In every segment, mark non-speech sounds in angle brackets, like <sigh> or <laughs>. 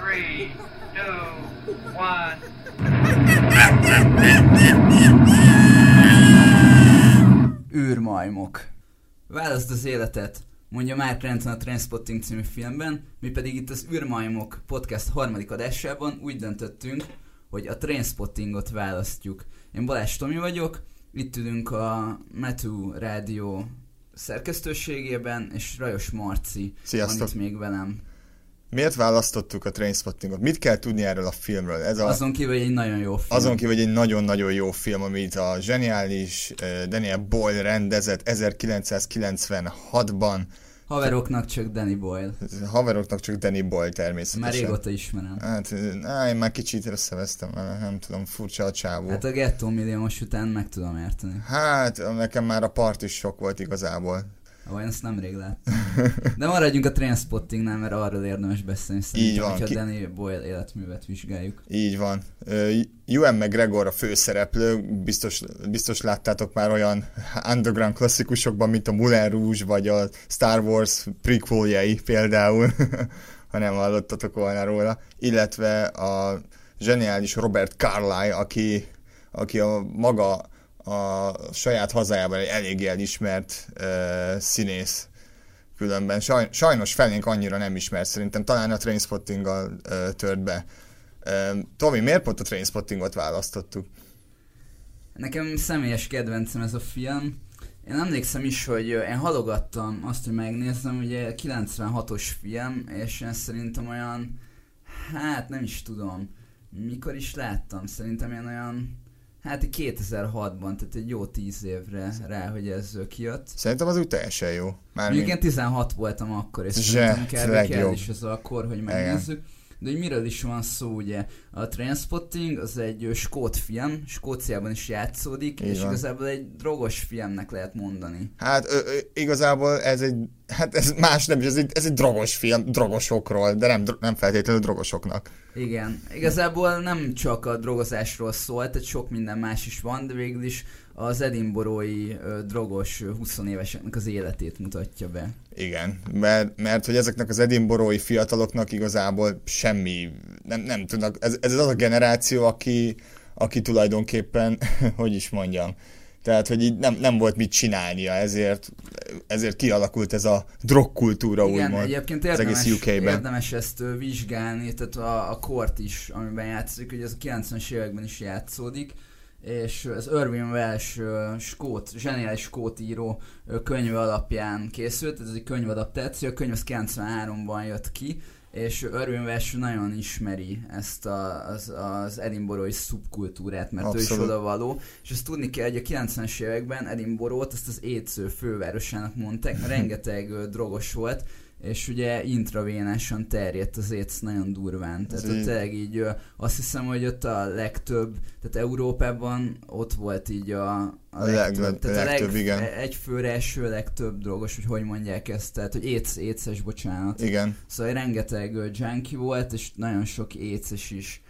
Three, two, one. űrmajmok. Választ az életet, mondja Mark Renton a Transpotting című filmben, mi pedig itt az űrmajmok podcast harmadik adásában úgy döntöttünk, hogy a Transpottingot választjuk. Én Balázs Tomi vagyok, itt ülünk a Metú Rádió szerkesztőségében, és Rajos Marci Sziasztok. van itt még velem. Miért választottuk a Trainspottingot? Mit kell tudni erről a filmről? Ez a, azon, Azon kívül, hogy egy nagyon jó film. azon kívül, hogy egy nagyon-nagyon jó film, amit a zseniális eh, Daniel Boyle rendezett 1996-ban. Haveroknak csak Danny Boyle. Haveroknak csak Danny Boyle Már természetesen. régóta ismerem. Hát, eh, á, én már kicsit összevesztem, eh, nem tudom, furcsa a csávó. Hát a Ghetto Milliómos után meg tudom érteni. Hát, nekem már a part is sok volt igazából. Vagy ezt nemrég láttam. De maradjunk a Trainspottingnál, mert arról érdemes beszélni szerintem, Így van, hogyha ki- Danny Boyle életművet vizsgáljuk. Így van. Ö, Ewan McGregor a főszereplő, biztos, biztos láttátok már olyan underground klasszikusokban, mint a Moulin Rouge, vagy a Star Wars prequeljei például, <laughs> ha nem hallottatok volna róla, illetve a zseniális Robert Carlyle, aki, aki a maga a saját hazájában egy eléggé elismert uh, színész különben. Saj, sajnos felénk annyira nem ismert szerintem, talán a Trainspottinggal uh, tört be. Ö, Tomi, miért pont a Trainspottingot választottuk? Nekem személyes kedvencem ez a film. Én emlékszem is, hogy ö, én halogattam azt, hogy megnézem, ugye 96-os film, és én szerintem olyan, hát nem is tudom, mikor is láttam, szerintem én olyan, hát 2006-ban, tehát egy jó tíz évre rá, hogy ez ö, kijött. Szerintem az úgy teljesen jó. Mármint, Mondjuk én 16 voltam akkor, és Zse, szerintem kell, kell legjobb. is az a kor, hogy megnézzük. De hogy miről is van szó, ugye? A Trainspotting az egy ö, skót film, Skóciában is játszódik, Így és van. igazából egy drogos filmnek lehet mondani. Hát ö, ö, igazából ez egy, hát ez más nem is, ez egy, ez egy drogos film, drogosokról, de nem, dro- nem feltétlenül drogosoknak. Igen, igazából nem csak a drogozásról szól, tehát sok minden más is van, de végül is az edinborói ö, drogos ö, 20 éveseknek az életét mutatja be. Igen, mert, mert hogy ezeknek az edinborói fiataloknak igazából semmi, nem, nem tudnak, ez, ez az a generáció, aki, aki tulajdonképpen, <laughs> hogy is mondjam, tehát, hogy így nem, nem volt mit csinálnia, ezért, ezért kialakult ez a drogkultúra, Igen, úgymond. egyébként az érdemes, egész UK-ben. érdemes ezt ö, vizsgálni, tehát a, a kort is, amiben játszik, hogy ez a 90-es években is játszódik, és ez Irvin Welsh ö, skót, zseniális skót író ö, könyve alapján készült, ez egy könyvadaptáció, a könyv az 93-ban jött ki, és Irvin Welsh nagyon ismeri ezt a, az, az edinborói szubkultúrát, mert Abszolút. ő is Abszolút. oda való, és azt tudni kell, hogy a 90-es években Edinborót azt az étsző fővárosának mondták, mert rengeteg ö, drogos volt, és ugye intravénásan terjedt az étsz nagyon durván. Tehát Ez ott így. tényleg így ö, azt hiszem, hogy ott a legtöbb, tehát Európában ott volt így a, a, A legtöbb- tehát legtöbb, igen. egy főre eső legtöbb drogos, hogy hogy mondják ezt, tehát hogy étsz, étszes, bocsánat. Igen. Szóval rengeteg ö, junkie volt, és nagyon sok éces is.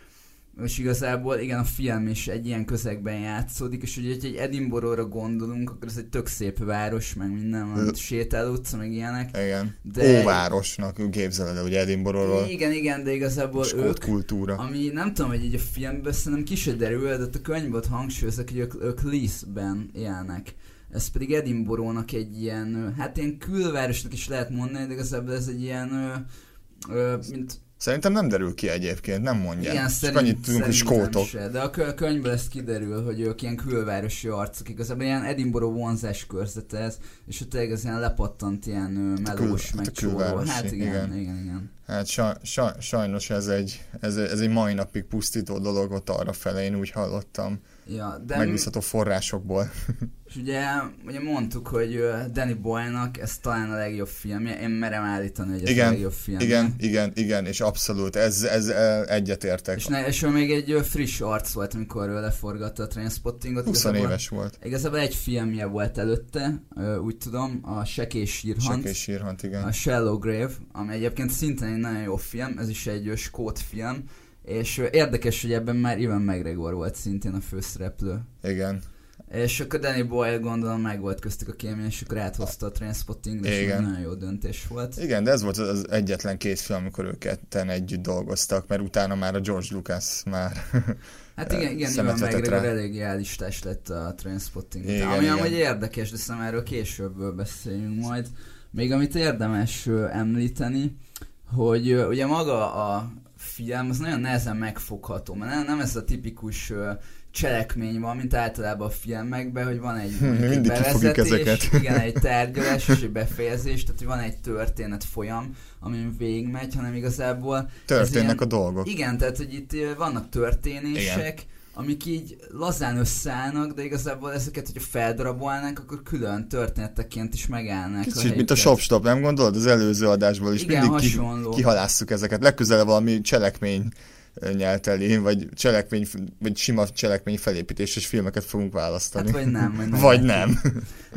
És igazából igen, a film is egy ilyen közegben játszódik, és ugye, hogyha egy Edinburgh-ra gondolunk, akkor ez egy tök szép város, meg minden van, Ö. sétáló utca, meg ilyenek. Igen. De- De... Óvárosnak képzeled el, ugye Edinburghról. Igen, igen, de igazából ők, Skót kultúra. ami nem tudom, hogy így a filmben szerintem ki se derül, de ott a könyvből hangsúlyozzák, hogy ők, ők Leith-ben élnek. Ez pedig Edinburgh-nak egy ilyen, ö, hát ilyen külvárosnak is lehet mondani, de igazából ez egy ilyen, ö, ö, mint Szerintem nem derül ki egyébként, nem mondják. Igen, Csak szerint, annyit tudunk, hogy szerintem skótok. Se, de a kö- könyvből ez kiderül, hogy ők ilyen külvárosi arcok, igazából ilyen Edinburgh vonzás körzete ez, és ott tényleg ez ilyen lepattant ilyen ö, a kül- melós, hát a meg csóró. külvárosi, Hát igen, igen, igen. igen. igen. Hát saj, saj, sajnos ez egy, ez, ez egy mai napig pusztító dolog ott arra fele, én úgy hallottam. Ja, de De Megbízható forrásokból. És ugye, ugye mondtuk, hogy ö, Danny Boyle-nak ez talán a legjobb filmje, én merem állítani, hogy ez a Igen, legjobb filmje. Igen, igen, igen, és abszolút, ez, ez eh, egyetértek. És, ne, és ő még egy ö, friss arc volt, amikor ő leforgatta a Trainspottingot. 20 Igazából- éves volt. Igazából egy filmje volt előtte, ö, úgy tudom, a Sekés Sírhant. Sekés sírhant, A igen. Shallow Grave, ami egyébként szintén egy nagyon jó film, ez is egy ö, skót film, és ö, érdekes, hogy ebben már Ivan McGregor volt szintén a főszereplő. Igen. És akkor Danny Boyle gondolom meg volt köztük a kémia, és akkor áthozta a Trainspotting, és Igen. úgy nagyon jó döntés volt. Igen, de ez volt az- az egyetlen két film, amikor ők ketten együtt dolgoztak, mert utána már a George Lucas már Hát igen, igen, Ivan szemet vetett McGregor rá. elég jellistás lett a Trainspotting után, Igen, ami igen. amúgy érdekes, de szerintem erről később ö, beszéljünk majd. Még amit érdemes ö, említeni, hogy ö, ugye maga a film az nagyon nehezen megfogható, mert nem, nem ez a tipikus ö, cselekmény van, mint általában a filmekben, hogy van egy, mondjuk egy Hm, mindig kifogjuk ezeket. <laughs> igen, egy tárgyalás és egy befejezés, tehát hogy van egy történet folyam, amin végigmegy, hanem igazából történnek ilyen- a dolgok. igen, tehát hogy itt ö, vannak történések, Igen. amik így lazán összeállnak, de igazából ezeket, hogyha feldarabolnák, akkor külön történeteként is megállnak. Kicsit, mint a helyüket. shop stop, nem gondolod? Az előző adásból is Igen, mindig ki, hasonló. kihalásszuk ezeket. Legközelebb valami cselekmény ö, nyelteli, vagy cselekmény, vagy sima cselekmény felépítéses filmeket fogunk választani. Hát vagy nem. Vagy nem. Vagy nem. <laughs>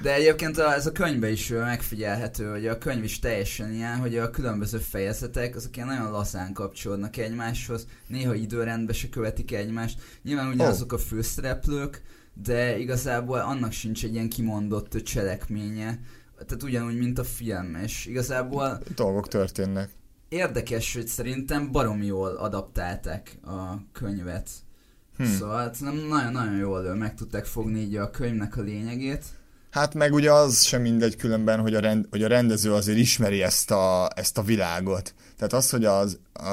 De egyébként a, ez a könyvben is ö, megfigyelhető, hogy a könyv is teljesen ilyen, hogy a különböző fejezetek, azok ilyen nagyon lazán kapcsolódnak egymáshoz, néha időrendben se követik egymást. Nyilván ugyanazok a főszereplők, de igazából annak sincs egy ilyen kimondott ö, cselekménye. Tehát ugyanúgy, mint a film, és igazából Dolgok történnek. érdekes, hogy szerintem barom jól adaptálták a könyvet. Hm. Hmm. Szóval szerintem nagyon-nagyon jól ö, meg tudták fogni így a könyvnek a lényegét. Hát meg ugye az sem mindegy különben, hogy a, rend, hogy a rendező azért ismeri ezt a, ezt a világot. Tehát az, hogy az, a,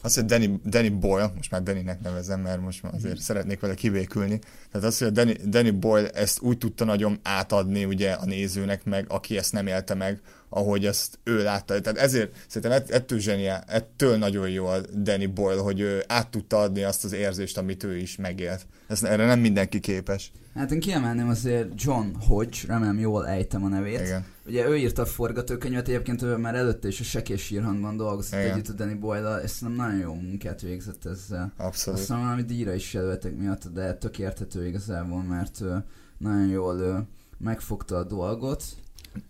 az, hogy Danny, Danny Boyle, most már Dannynek nevezem, mert most már azért szeretnék vele kibékülni, tehát az, hogy a Danny, Danny Boyle ezt úgy tudta nagyon átadni ugye a nézőnek meg, aki ezt nem élte meg, ahogy ezt ő látta. Tehát ezért szerintem ett, ettől zseniál, ettől nagyon jó a Danny Boyle, hogy ő át tudta adni azt az érzést, amit ő is megélt. Ezt, erre nem mindenki képes. Hát én kiemelném azért John Hodge, remélem jól ejtem a nevét. Igen. Igen. Ugye ő írta a forgatókönyvet, egyébként ő már előtte is a Sekés Írhanban dolgozott Igen. Igen. együtt a Danny boyle és szerintem nagyon jó munkát végzett ezzel. Abszolút. Aztán valami díjra is jelöltek miatt, de tök érthető igazából, mert ö, nagyon jól ö, megfogta a dolgot.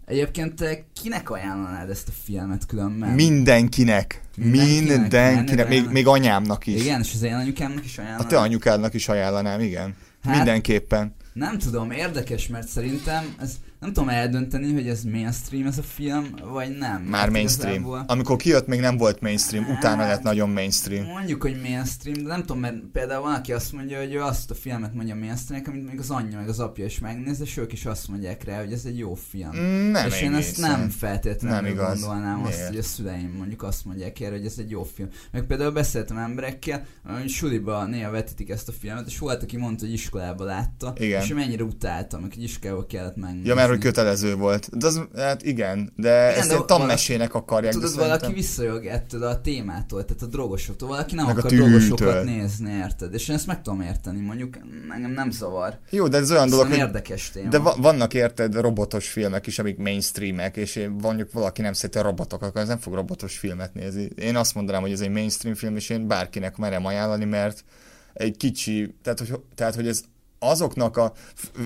Egyébként te kinek ajánlanád ezt a filmet különben? Mindenkinek. Mindenkinek, Mindenkinek. mindenkinek. Még, még anyámnak is. Igen, és az én anyukámnak is A ajánlanám. te anyukádnak is ajánlanám, igen. Hát, Hát- Mindenképpen. Nem tudom, érdekes, mert szerintem ez, nem tudom eldönteni, hogy ez mainstream ez a film, vagy nem. Már Hát mainstream. igazából Hát- Amikor kijött, még nem volt mainstream, utána lett nagyon mainstream. Mondjuk, hogy mainstream, de nem tudom, mert például van, aki azt mondja, hogy ő azt a filmet mondja mainstreamnek, amit még az anyja meg az apja is megnéz, és ők is azt mondják rá, hogy ez egy jó film. Mm, Nem és én ezt egészen. nem feltétlenül Nem nem igaz. igaz. gondolnám azt, Miért? hogy a szüleim mondjuk azt mondják erre, hogy ez egy jó film. Meg például beszéltem emberekkel, hogy suliba néha vetítik ezt a filmet, és volt, aki mondta, hogy iskolába látta, Igen. és ő mennyire utáltam, hogy iskolába kellett megnézni. Ja, mert hogy kötelező volt. De az, hát igen, de de ezt ilyen valaki- tanmesének akarják. de Tudod, szerintem- valaki visszajog ettől a témától, tehát a drogosoktól. Valaki nem Meg a akar tűtől. drogosokat nézni, érted? És én ezt meg tudom érteni, mondjuk engem nem zavar. Jó, de ez olyan dolog, Dolog, hogy érdekes téma. De va- vannak érted robotos filmek is, amik mainstreamek, és én- mondjuk valaki nem szereti a robotokat, akkor az nem fog robotos filmet nézni. Én azt mondanám, hogy ez egy mainstream film, és én bárkinek merem ajánlani, mert egy kicsi, tehát hogy, tehát, hogy ez azoknak a,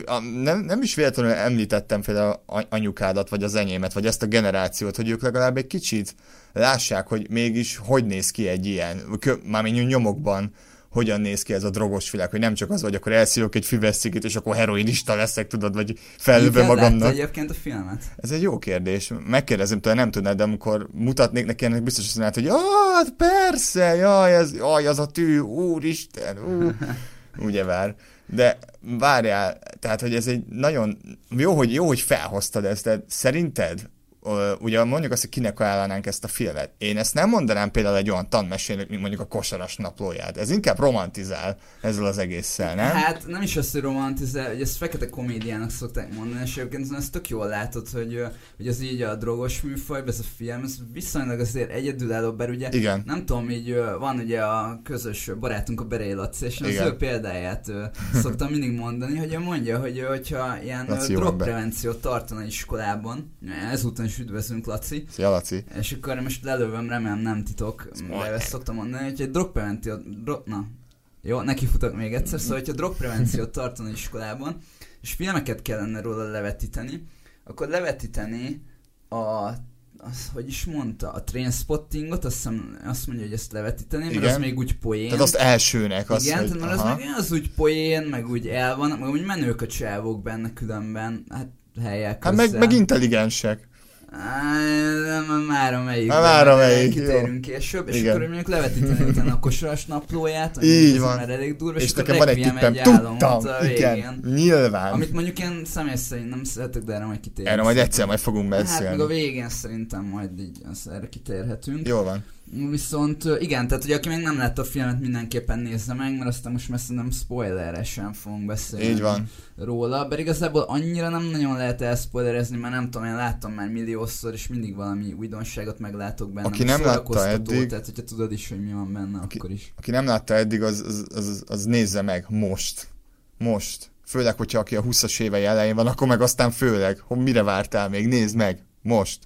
a nem, nem is véletlenül említettem például a- anyukádat, vagy az enyémet, vagy ezt a generációt, hogy ők legalább egy kicsit lássák, hogy mégis hogy néz ki egy ilyen, kö- mármint nyomokban, hogyan néz ki ez a drogos világ, hogy nem csak az, hogy akkor elszívok egy füveszcikét, és akkor heroinista leszek, tudod, vagy fellövöm Mikkel látta magamnak. egyébként a filmet? Ez egy jó kérdés. Megkérdezem tőle, nem tudnád, de amikor mutatnék neki, ennek biztos azt mondanád, hogy ah, persze, jaj, ez, jaj, az a tű, úristen, <laughs> ú. Ugye vár. De várjál, tehát, hogy ez egy nagyon... Jó, hogy, jó, hogy felhoztad ezt, de szerinted ö, ugye mondjuk azt, hogy kinek ajánlanánk ezt a filmet. Én ezt nem mondanám például egy olyan tanmesének, mint mondjuk a kosaras naplóját. Ez inkább romantizál ezzel az egésszel, nem? Hát nem is azt, hogy romantizál, hogy ezt fekete komédiának szokták mondani, és egyébként ezt tök jól látod, hogy, ö, hogy az így a drogos műfajban ez a film, ez viszonylag azért egyedülálló, bár ugye Igen. Nem tudom, így ö, van ugye a közös barátunk a Berei Laci, és én Igen. az ő példáját ö, szoktam mindig mondani, hogy ő mondja, hogy ö, hogyha ilyen ö, Laci, jó drogprevenciót tartana iskolában, ezúton is üdvözlünk Laci, Szia, Laci. és akkor most lelövöm, remélem nem titok, Spoiler. de ezt szoktam mondani, hogy egy drogprevenció... Dro- na, jó, nekifutok még egyszer, szóval hogyha drogprevenciót tartani iskolában, és filmeket kellene róla levetíteni, akkor levetíteni a az, hogy is mondta, a Trainspottingot, azt, hiszem, azt mondja, hogy ezt levetíteni, mert Igen. az még úgy poén. Tehát azt elsőnek. Azt, Igen, hogy, tehát mert az aha. meg az úgy poén, meg úgy el van, meg úgy menők a csávók benne különben, hát helyek Hát meg, hozzá. meg intelligensek. Á, nem, már a melyik. Á, már amelyik, Kitérünk később, és Igen. akkor mondjuk levetíteni <laughs> utána a kosaras naplóját, ami Így az van. már elég durva, És, és, nekem akkor van egy Requiem tippem. egy álomot Tudtam, a igen, végén. nyilván. Amit mondjuk én személy szerint nem szeretek, de erre majd kitérünk. Erre majd egyszer majd fogunk Hát meg a beszélni. végén szerintem majd így az- erre kitérhetünk. Jól van. Viszont ö, igen, tehát hogy aki még nem látta a filmet, mindenképpen nézze meg, mert aztán most messze nem spoileresen fogunk beszélni Így van. róla, bár igazából annyira nem nagyon lehet elszpoilerezni, mert nem tudom, én láttam már milliószor, és mindig valami újdonságot meglátok benne. Aki ami nem látta szórakoztató, eddig- Tehát, hogyha tudod is, hogy mi van benne, Aki- akkor is. Aki nem látta eddig, az, az, az, az nézze meg most. Most. Főleg, hogyha aki a 20-as évei elején van, akkor meg aztán főleg. Hogy mire vártál még? Nézd meg. Most.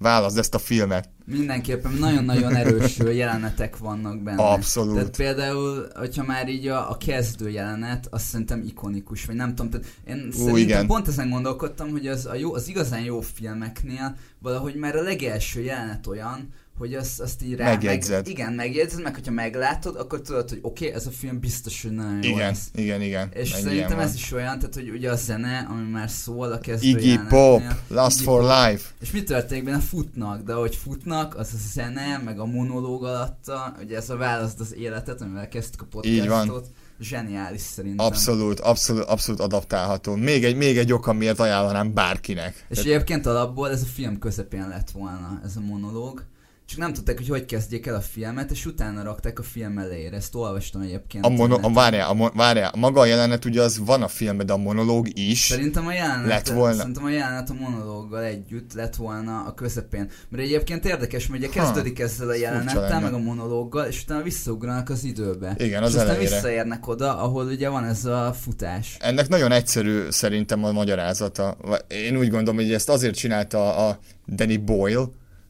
Válaszd ezt a filmet. Mindenképpen nagyon-nagyon <laughs> erős ö, jelenetek vannak benne. Tehát Abszolút. például, hogyha már így a, a kezdő jelenet, azt szerintem ikonikus, vagy nem tudom, tehát én Ú, szerintem igen. igen. pont ezen gondolkodtam, hogy az, a jó, az igazán jó filmeknél valahogy már a legelső jelenet olyan, hogy azt, azt így rá... Megjegyzed. Meg, igen, megjegyzed, meg hogyha meglátod, akkor tudod, hogy oké, okay, ez a film biztos, hogy nagyon jó Igen, lesz. igen, igen. És Egy ilyen szerintem van. ez is olyan, tehát hogy ugye a zene, ami már szól a kezdő Iggy jelenetnél. Pop, Last Iggy for Pop. Life. És mi történik benne? Futnak, de ahogy futnak, az a zene, meg a monológ alatta, ugye ez a választ az életet, amivel kezdtük a podcastot. Így van. Zseniális szerintem. Abszolút, abszolút, abszolút adaptálható. Még egy, még egy oka, miért ajánlanám bárkinek. És egyébként alapból ez a film közepén lett volna, ez a monológ. Csak nem tudták, hogy hogy kezdjék el a filmet, és utána rakták a film elejére. Ezt olvastam egyébként. A mono, a, Internet. várjál, a, mo- várjál, maga a jelenet ugye az van a filmben, de a monológ is. Szerintem a jelenet, Lett volna. Szerintem a jelenet a monológgal együtt lett volna a közepén. Mert egyébként érdekes, mert ugye Ha, kezdődik ezzel a ez furcsa jelenettel, lenne. meg a monológgal, és utána visszaugranak az időbe. Igen, és az aztán elejére. visszaérnek oda, ahol ugye van ez a futás. Ennek nagyon egyszerű szerintem a magyarázata. Va- Én úgy gondolom, hogy ezt azért csinálta a Danny Boyle,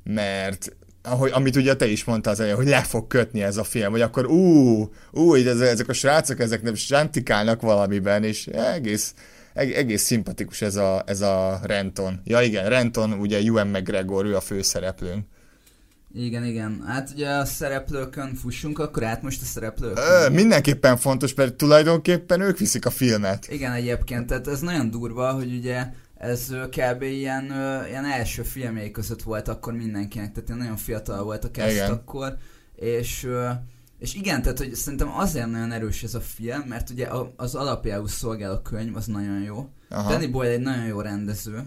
mert ahogy, amit ugye te is mondtál az elején, hogy le fog kötni ez a film, hogy akkor ú, ú, így ez, ezek a srácok, ezek nem sántikálnak valamiben, és egész, eg, egész szimpatikus ez a, ez a Renton. Ja igen, Renton, ugye Ewan McGregor, ő a főszereplőnk. Igen, igen. Hát ugye a szereplőkön fussunk, akkor át most a szereplőkön. Ö, mindenképpen fontos, mert tulajdonképpen ők viszik a filmet. Igen, egyébként, tehát ez nagyon durva, hogy ugye ez ö, kb. ilyen, ö, ilyen első filmjei között volt akkor mindenkinek, tehát ilyen nagyon fiatal volt a kezd Igen. akkor, és, ö, és igen, tehát hogy szerintem azért nagyon erős ez a film, mert ugye a- az alapjául szolgál a könyv, az nagyon jó. Aha. Aha. Danny Boyle egy nagyon jó rendező.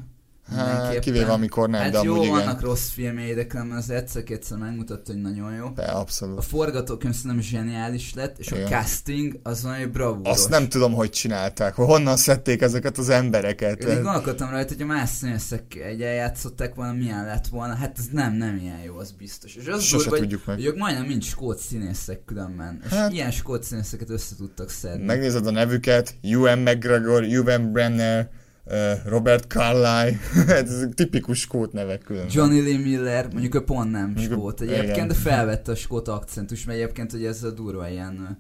Hát, mindenképpen. kivéve amikor nem, de Hát jó, amúgy igen. vannak rossz filmjei, de különben az egyszer-kétszer megmutatta, hogy nagyon jó. De, abszolút. A forgatókönyv szerintem zseniális lett, és Igen. a casting az nagyon bravúros. Azt nem tudom, hogy csinálták, hogy honnan szedték ezeket az embereket. Én így gondolkodtam rajta, hogy a más színészek egy eljátszották volna, milyen lett volna. Hát ez nem, nem ilyen jó, az biztos. És az Sose durva, hogy, tudjuk meg. hogy ők majdnem mind skót színészek különben. És Hát- hát, ilyen skót színészeket össze tudtak szedni. Megnézed a nevüket, Ewan McGregor, Ewan Brenner, ö, Robert Carlyle, <laughs> ez tipikus skót nevek külön. Johnny Lee Miller, mondjuk ő pont nem Mondjuk ő- skót egyébként, igen. de felvette a skót akcentus, mert egyébként hogy ez a durva ilyen ö,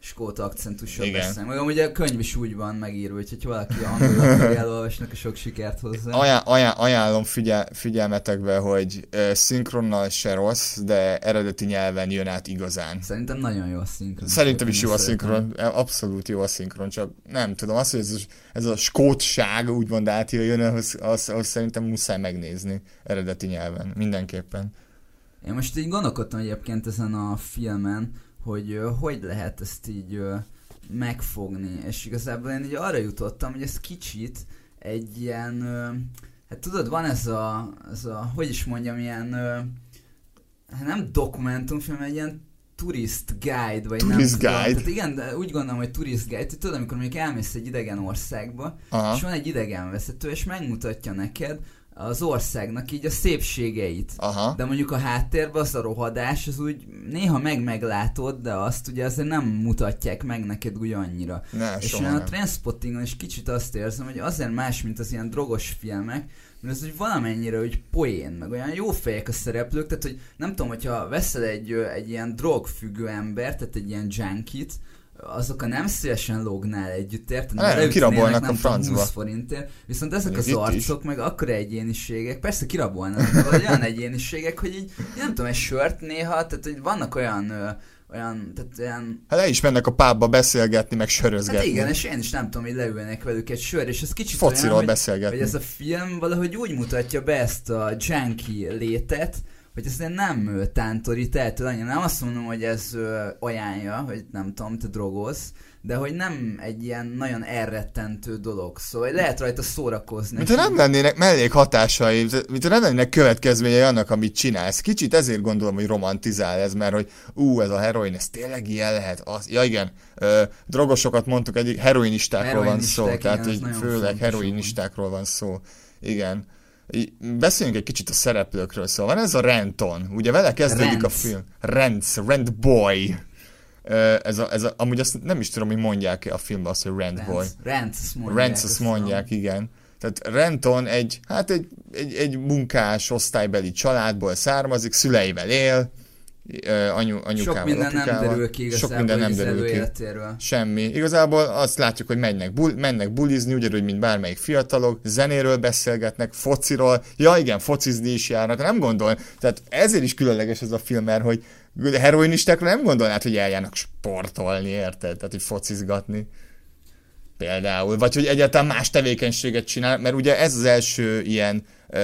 skót akcentussal Igen. beszélünk. Meg amúgy a könyv is úgy van megírva, hogy ha valaki angolul akarja elolvasni, akkor sok sikert hozzá. Ajá, ajá, ajánlom figyel, figyelmetekbe, hogy ö, szinkronnal se rossz, de eredeti nyelven jön át igazán. Szerintem nagyon jó a szinkron. Szerintem is jó a Szeretem. szinkron, E, abszolút jó a szinkron, csak nem tudom, az, hogy ez a, ez a skótság úgymond átjöjjön, az, az, az szerintem muszáj megnézni eredeti nyelven, mindenképpen. Én most így gondolkodtam egyébként ezen a filmen, hogy ö, hogy lehet ezt így ö, megfogni, és igazából én így arra jutottam, hogy ez kicsit egy ilyen, ö, hát tudod, van ez a, ez a hogy is mondjam, ilyen, ö, hát nem dokumentumfilm, egy ilyen tourist guide, vagy Tourist nem guide. tudom. Tehát igen, de úgy gondolom, hogy tourist guide, hogy tudod, amikor mondjuk elmész egy idegen országba, Aha. és van egy idegenvezető, és megmutatja neked az országnak így a szépségeit. Aha. De mondjuk a háttérben az a rohadás, az úgy néha meg meglátod, de azt ugye azért nem mutatják meg neked úgy annyira. Ne, És hát- soha olyan a nem. Transpottingon is kicsit azt érzem, hogy azért más, mint az ilyen drogos filmek, mert ez úgy valamennyire úgy poén, meg olyan jó fejek a szereplők, tehát hogy nem tudom, hogyha veszel egy, ö, egy ilyen drogfüggő embert, tehát egy ilyen junkit, azok a nem szívesen lógnál együtt, érted? Nem, Beütnének, kirabolnak nem a tudom, francba. 20 forintért, viszont ezek Még az itt is. arcok, meg akkora egyéniségek, persze kirabolnak, de vagy olyan egyéniségek, hogy így, én nem tudom, egy sört néha, tehát hogy vannak olyan, ö, olyan, tehát olyan Hát le is mennek a pábba beszélgetni, meg sörözgetni. Hát igen, és én is nem tudom, hogy leülnek velük egy sör, és ez kicsit Fociról olyan, hogy, beszélgetni. hogy ez a film valahogy úgy mutatja be ezt a junkie létet, hogy ez nem ö, tántorít el tőle annyira. Nem azt mondom, hogy ez ö, ajánlja, hogy nem tudom, te drogolsz, de hogy nem egy ilyen nagyon elrettentő dolog. Szóval lehet rajta szórakozni. Mint ha nem lennének mellékhatásai, mint ha nem lennének következményei annak, amit csinálsz. Kicsit ezért gondolom, hogy romantizál ez, mert hogy ú, ez a heroin, ez tényleg ilyen lehet. Az, ja igen, ö, drogosokat mondtuk, egyik heroinistákról van szó, Heroinisták, tehát igen, ez hogy nagyon főleg fontos heroinistákról van szó. Igen. Í- Beszéljünk egy kicsit a szereplőkről, szóval van ez a Renton, ugye vele kezdődik a Renz. film. Rent, Rent Boy. Ö, Ez a, ez a, amúgy azt nem is tudom, hogy mondják a filmben azt, hogy Rent Boy. Rants, Rants mondják. Rents azt hiszem. mondják, igen. Tehát Renton egy, hát egy, egy, egy munkás, osztálybeli családból származik, szüleivel él, ö, anyu, anyukával, Sok minden nem apukával. derül ki igazából, Sok minden nem hogy az derül ki. előéletéről. Semmi. Igazából azt látjuk, hogy mennek, bul- mennek bulizni, ugyanúgy, mint bármelyik fiatalok, zenéről beszélgetnek, fociról, ja igen, focizni is járnak, nem gondol. Tehát ezért is különleges ez a film, mert hogy heroinistákra nem gondolnád, hogy eljárnak sportolni, érted? Tehát, hogy focizgatni. Például. Vagy hogy egyáltalán más tevékenységet csinál, mert ugye ez az első ilyen ö,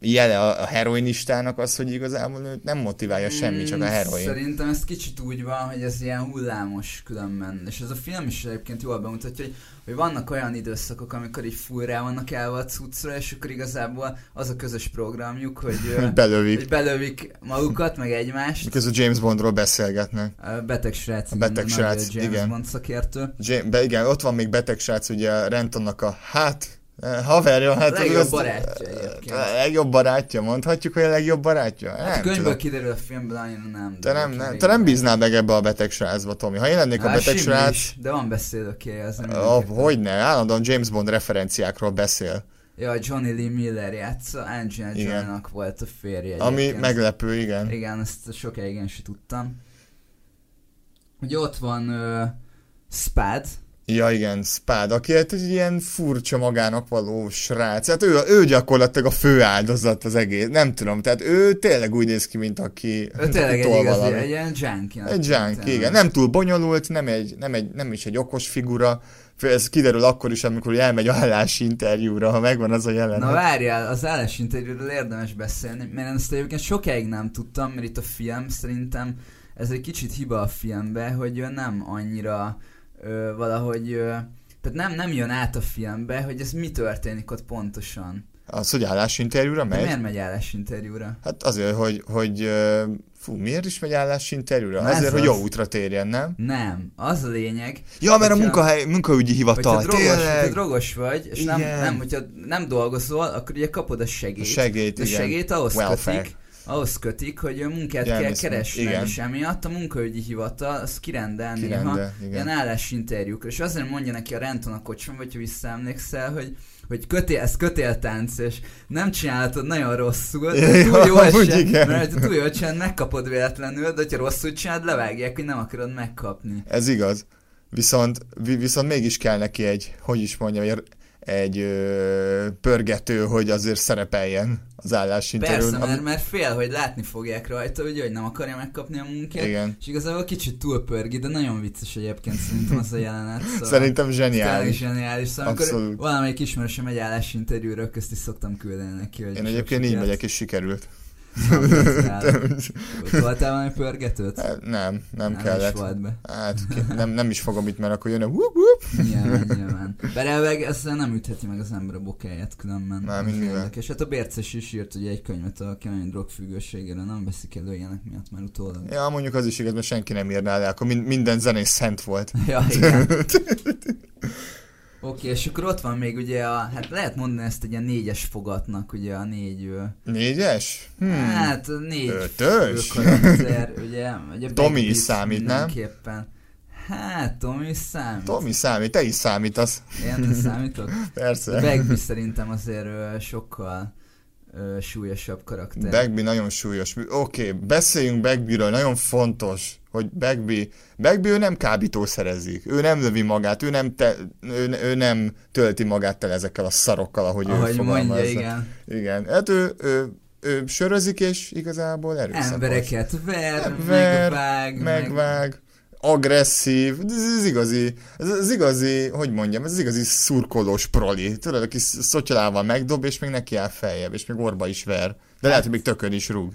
jele a, a heroinistának az, hogy igazából őt nem motiválja semmi, csak a Mm, heroin. Szerintem ez kicsit úgy van, hogy ez ilyen hullámos különben. És ez a film is egyébként jól bemutatja, hogy, hogy vannak olyan időszakok, amikor így full rá vannak elve a cuccra, és akkor igazából az a közös programjuk, hogy, <laughs> ö, Belövik. hogy belövik magukat, meg egymást. Miközben James Bondról beszélgetnek. A beteg srác, igen, beteg nagy srác, James igen. Bond szakértő. Hát James, be, igen, ott van még beteg srác, ugye Rentonnak a hát eh, haverja, hát Legjobb az- barátja egyébként. A legjobb barátja, mondhatjuk, hogy a legjobb barátja? Hát Hát, nem könyvből tudom. kiderül a filmből, annyira nem. Te nem, nem, te nem bíznál meg ebbe a beteg srácba, Tomi. Ha én lennék a Hát, beteg Simi srác, is, De van beszélőkéje, az nem oh, mindenképpen. hogyne, állandóan James Bond referenciákról beszél. Ja, Johnny Lee Miller játsza, Angelina Igen. Jolie-nak volt a férje Ami egyébként. meglepő, igen. Igen, ezt sokáig én sem tudtam. Ugye ott van uh, Spad, Ja, igen, Spád, aki hát egy ilyen furcsa magának való srác. Hát ő, ő gyakorlatilag a fő áldozat az egész. Nem tudom, tehát ő tényleg úgy néz ki, mint aki ő mint tényleg aki egy tol igazi, valamit. egy ilyen junkie. Egy junk, igen. Nem túl bonyolult, nem, egy, nem, egy, nem is egy okos figura. Fő- Ez kiderül akkor is, amikor elmegy állási interjúra, ha megvan az a jelenet. Na várjál, az állásinterjúról érdemes beszélni, mert én ezt egyébként sokáig nem tudtam, mert itt a film szerintem ez egy kicsit hiba a filmbe, hogy ő nem annyira ö, valahogy, ö, tehát nem, nem jön át a filmbe, hogy ez mi történik ott pontosan. Az, hogy állási interjúra De megy? miért megy állásinterjúra? Hát azért, hogy, hogy ö, fú, miért is megy állási interjúra? Na ez Azért, hogy az. jó útra térjen, nem? Nem, az a lényeg, Ja, mert a Hogyha- munkahely, munkaügyi Hogyha hivatal, drogos, hogyha tényleg. drogos vagy, és nem, Igen. nem, hogyha nem dolgozol, akkor ugye kapod a segélyt. Segélyt, a igen. segélyt ahhoz Welfare. kötik, ahhoz kötik, hogy ö, munkát Igen, kell viszont- keresni, igen. és emiatt a munkaügyi hivatal az kirendel néha Kirendel, igen. ilyen állásinterjúkra. És azért mondja neki a Renton a kocsma, hogyha visszaemlékszel, hogy hogy kötél, ez kötéltánc, és nem csinálhatod nagyon rosszul, <laughs> Ja, de túl jó amúgy eset, igen. mert ha túl jól csinálod, megkapod véletlenül, de ha rosszul csinálod, levágják, hogy nem akarod megkapni. Ez igaz. Viszont, vi- viszont mégis kell neki egy, hogy is mondjam, egy, egy ö, pörgető, hogy azért szerepeljen az állásinterjún. Persze, ami- mert, mert fél, hogy látni fogják rajta, ugye, hogy nem akarja megkapni a munkát. Igen. És igazából kicsit túlpörgi, de nagyon vicces egyébként szerintem az a jelenet. Szóval Szerintem Tényleg zseniális. zseniális. Szóval amikor Abszolút. valamelyik ismerősöm egy állásinterjúra, közt is szoktam küldeni neki. Hogy hát Én sok egyébként így sikert. megyek, és sikerült. Nem <laughs> tetszett. Hogy Voltál valami pörgetőt? Hát, Nem, nem, nem kellett. Is volt be. Hát ki- nem, nem is fogom itt, mert akkor jön a whoop, whoop. Nyilván, nyilván. Berelveg ezzel nem ütheti meg az ember a bokáját különben. Már Ez mind mivel. Érdekes. Hát a Bérces is írt ugye egy könyvet, aki nagyon drogfüggőségére nem veszik elő ilyenek miatt, már utólag. Ja, mondjuk az is igaz, mert senki nem írná le, akkor min- minden zenész szent volt. <laughs> <laughs> Ja, igen. Oké, és akkor ott van még ugye a, hát lehet mondani ezt egy ilyen négyes fogatnak, ugye a négy, ö, Négyes? Hmm. hát a négy Ötös? fő karakter, ugye, ugye <laughs> Tomi is Begbie számít, nem? Mindenképpen. Hát, Tomi is számít. Tomi számít, te is számítasz. <laughs> Én nem számítok. De Persze. Begbie szerintem azért ö, sokkal ö, súlyosabb karakter. Bagby nagyon súlyos. Oké, okay, beszéljünk Bagbyről, nagyon fontos, hogy Bagby, Bagby ő nem kábítószerezik, ő nem lövi magát, ő nem, te, ő, ő nem tölti magát tel ezekkel a szarokkal, ahogy, ő Ahogy fogalmazza. mondja, igen. Igen, hát ő, ő, ő sörözik, és igazából erőszakos. Embereket ver, Ver, megvág, meg... megvág, agresszív, ez az igazi, ez az igazi, hogy mondjam, ez az igazi szurkolós proli. Tudod, aki sz- szotyolával megdob, és még neki áll feljebb, és még orba is ver. De lehet, hogy még tökön is rúg.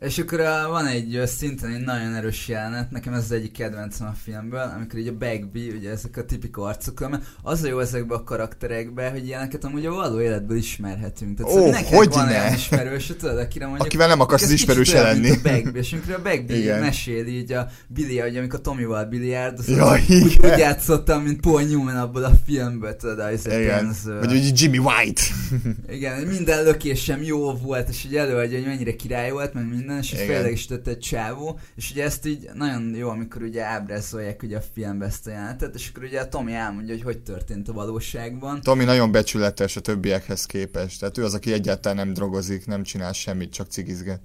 És akkor a, van egy ö, szinten egy nagyon erős jelenet, nekem ez az egyik kedvencem a filmből, amikor így a Bagby, ugye ezek a tipik arcok, mert az a jó ezekbe a karakterekbe, hogy ilyeneket amúgy a való életből ismerhetünk. Tehát Ó, szerintem neked hogy van ne? olyan ismerős, tudod, akire mondjuk... Akivel nem akarsz az Ez kicsit ismerőse olyan, mint lenni. A Bagby, és amikor a Bagby Igen. Igen. mesél így a Billy, hogy amikor Tomival biliárdozott, Ja, úgy, igen. úgy játszottam, mint Paul Newman abból a filmből, tudod, a izé Igen. pénz, Vagy hogy Jimmy White. igen, minden lökésem jó volt, és így előadja, hogy mennyire király volt, meg minden, és Igen. félre is tett egy csávó, és ugye ezt így nagyon jó, amikor ugye ábrázolják ugye a filmbe ezt a jelenetet, és akkor ugye a Tomi elmondja, hogy hogy történt a valóságban. Tomi nagyon becsületes a többiekhez képest. Tehát ő az, aki egyáltalán nem drogozik, nem csinál semmit, csak cigizget.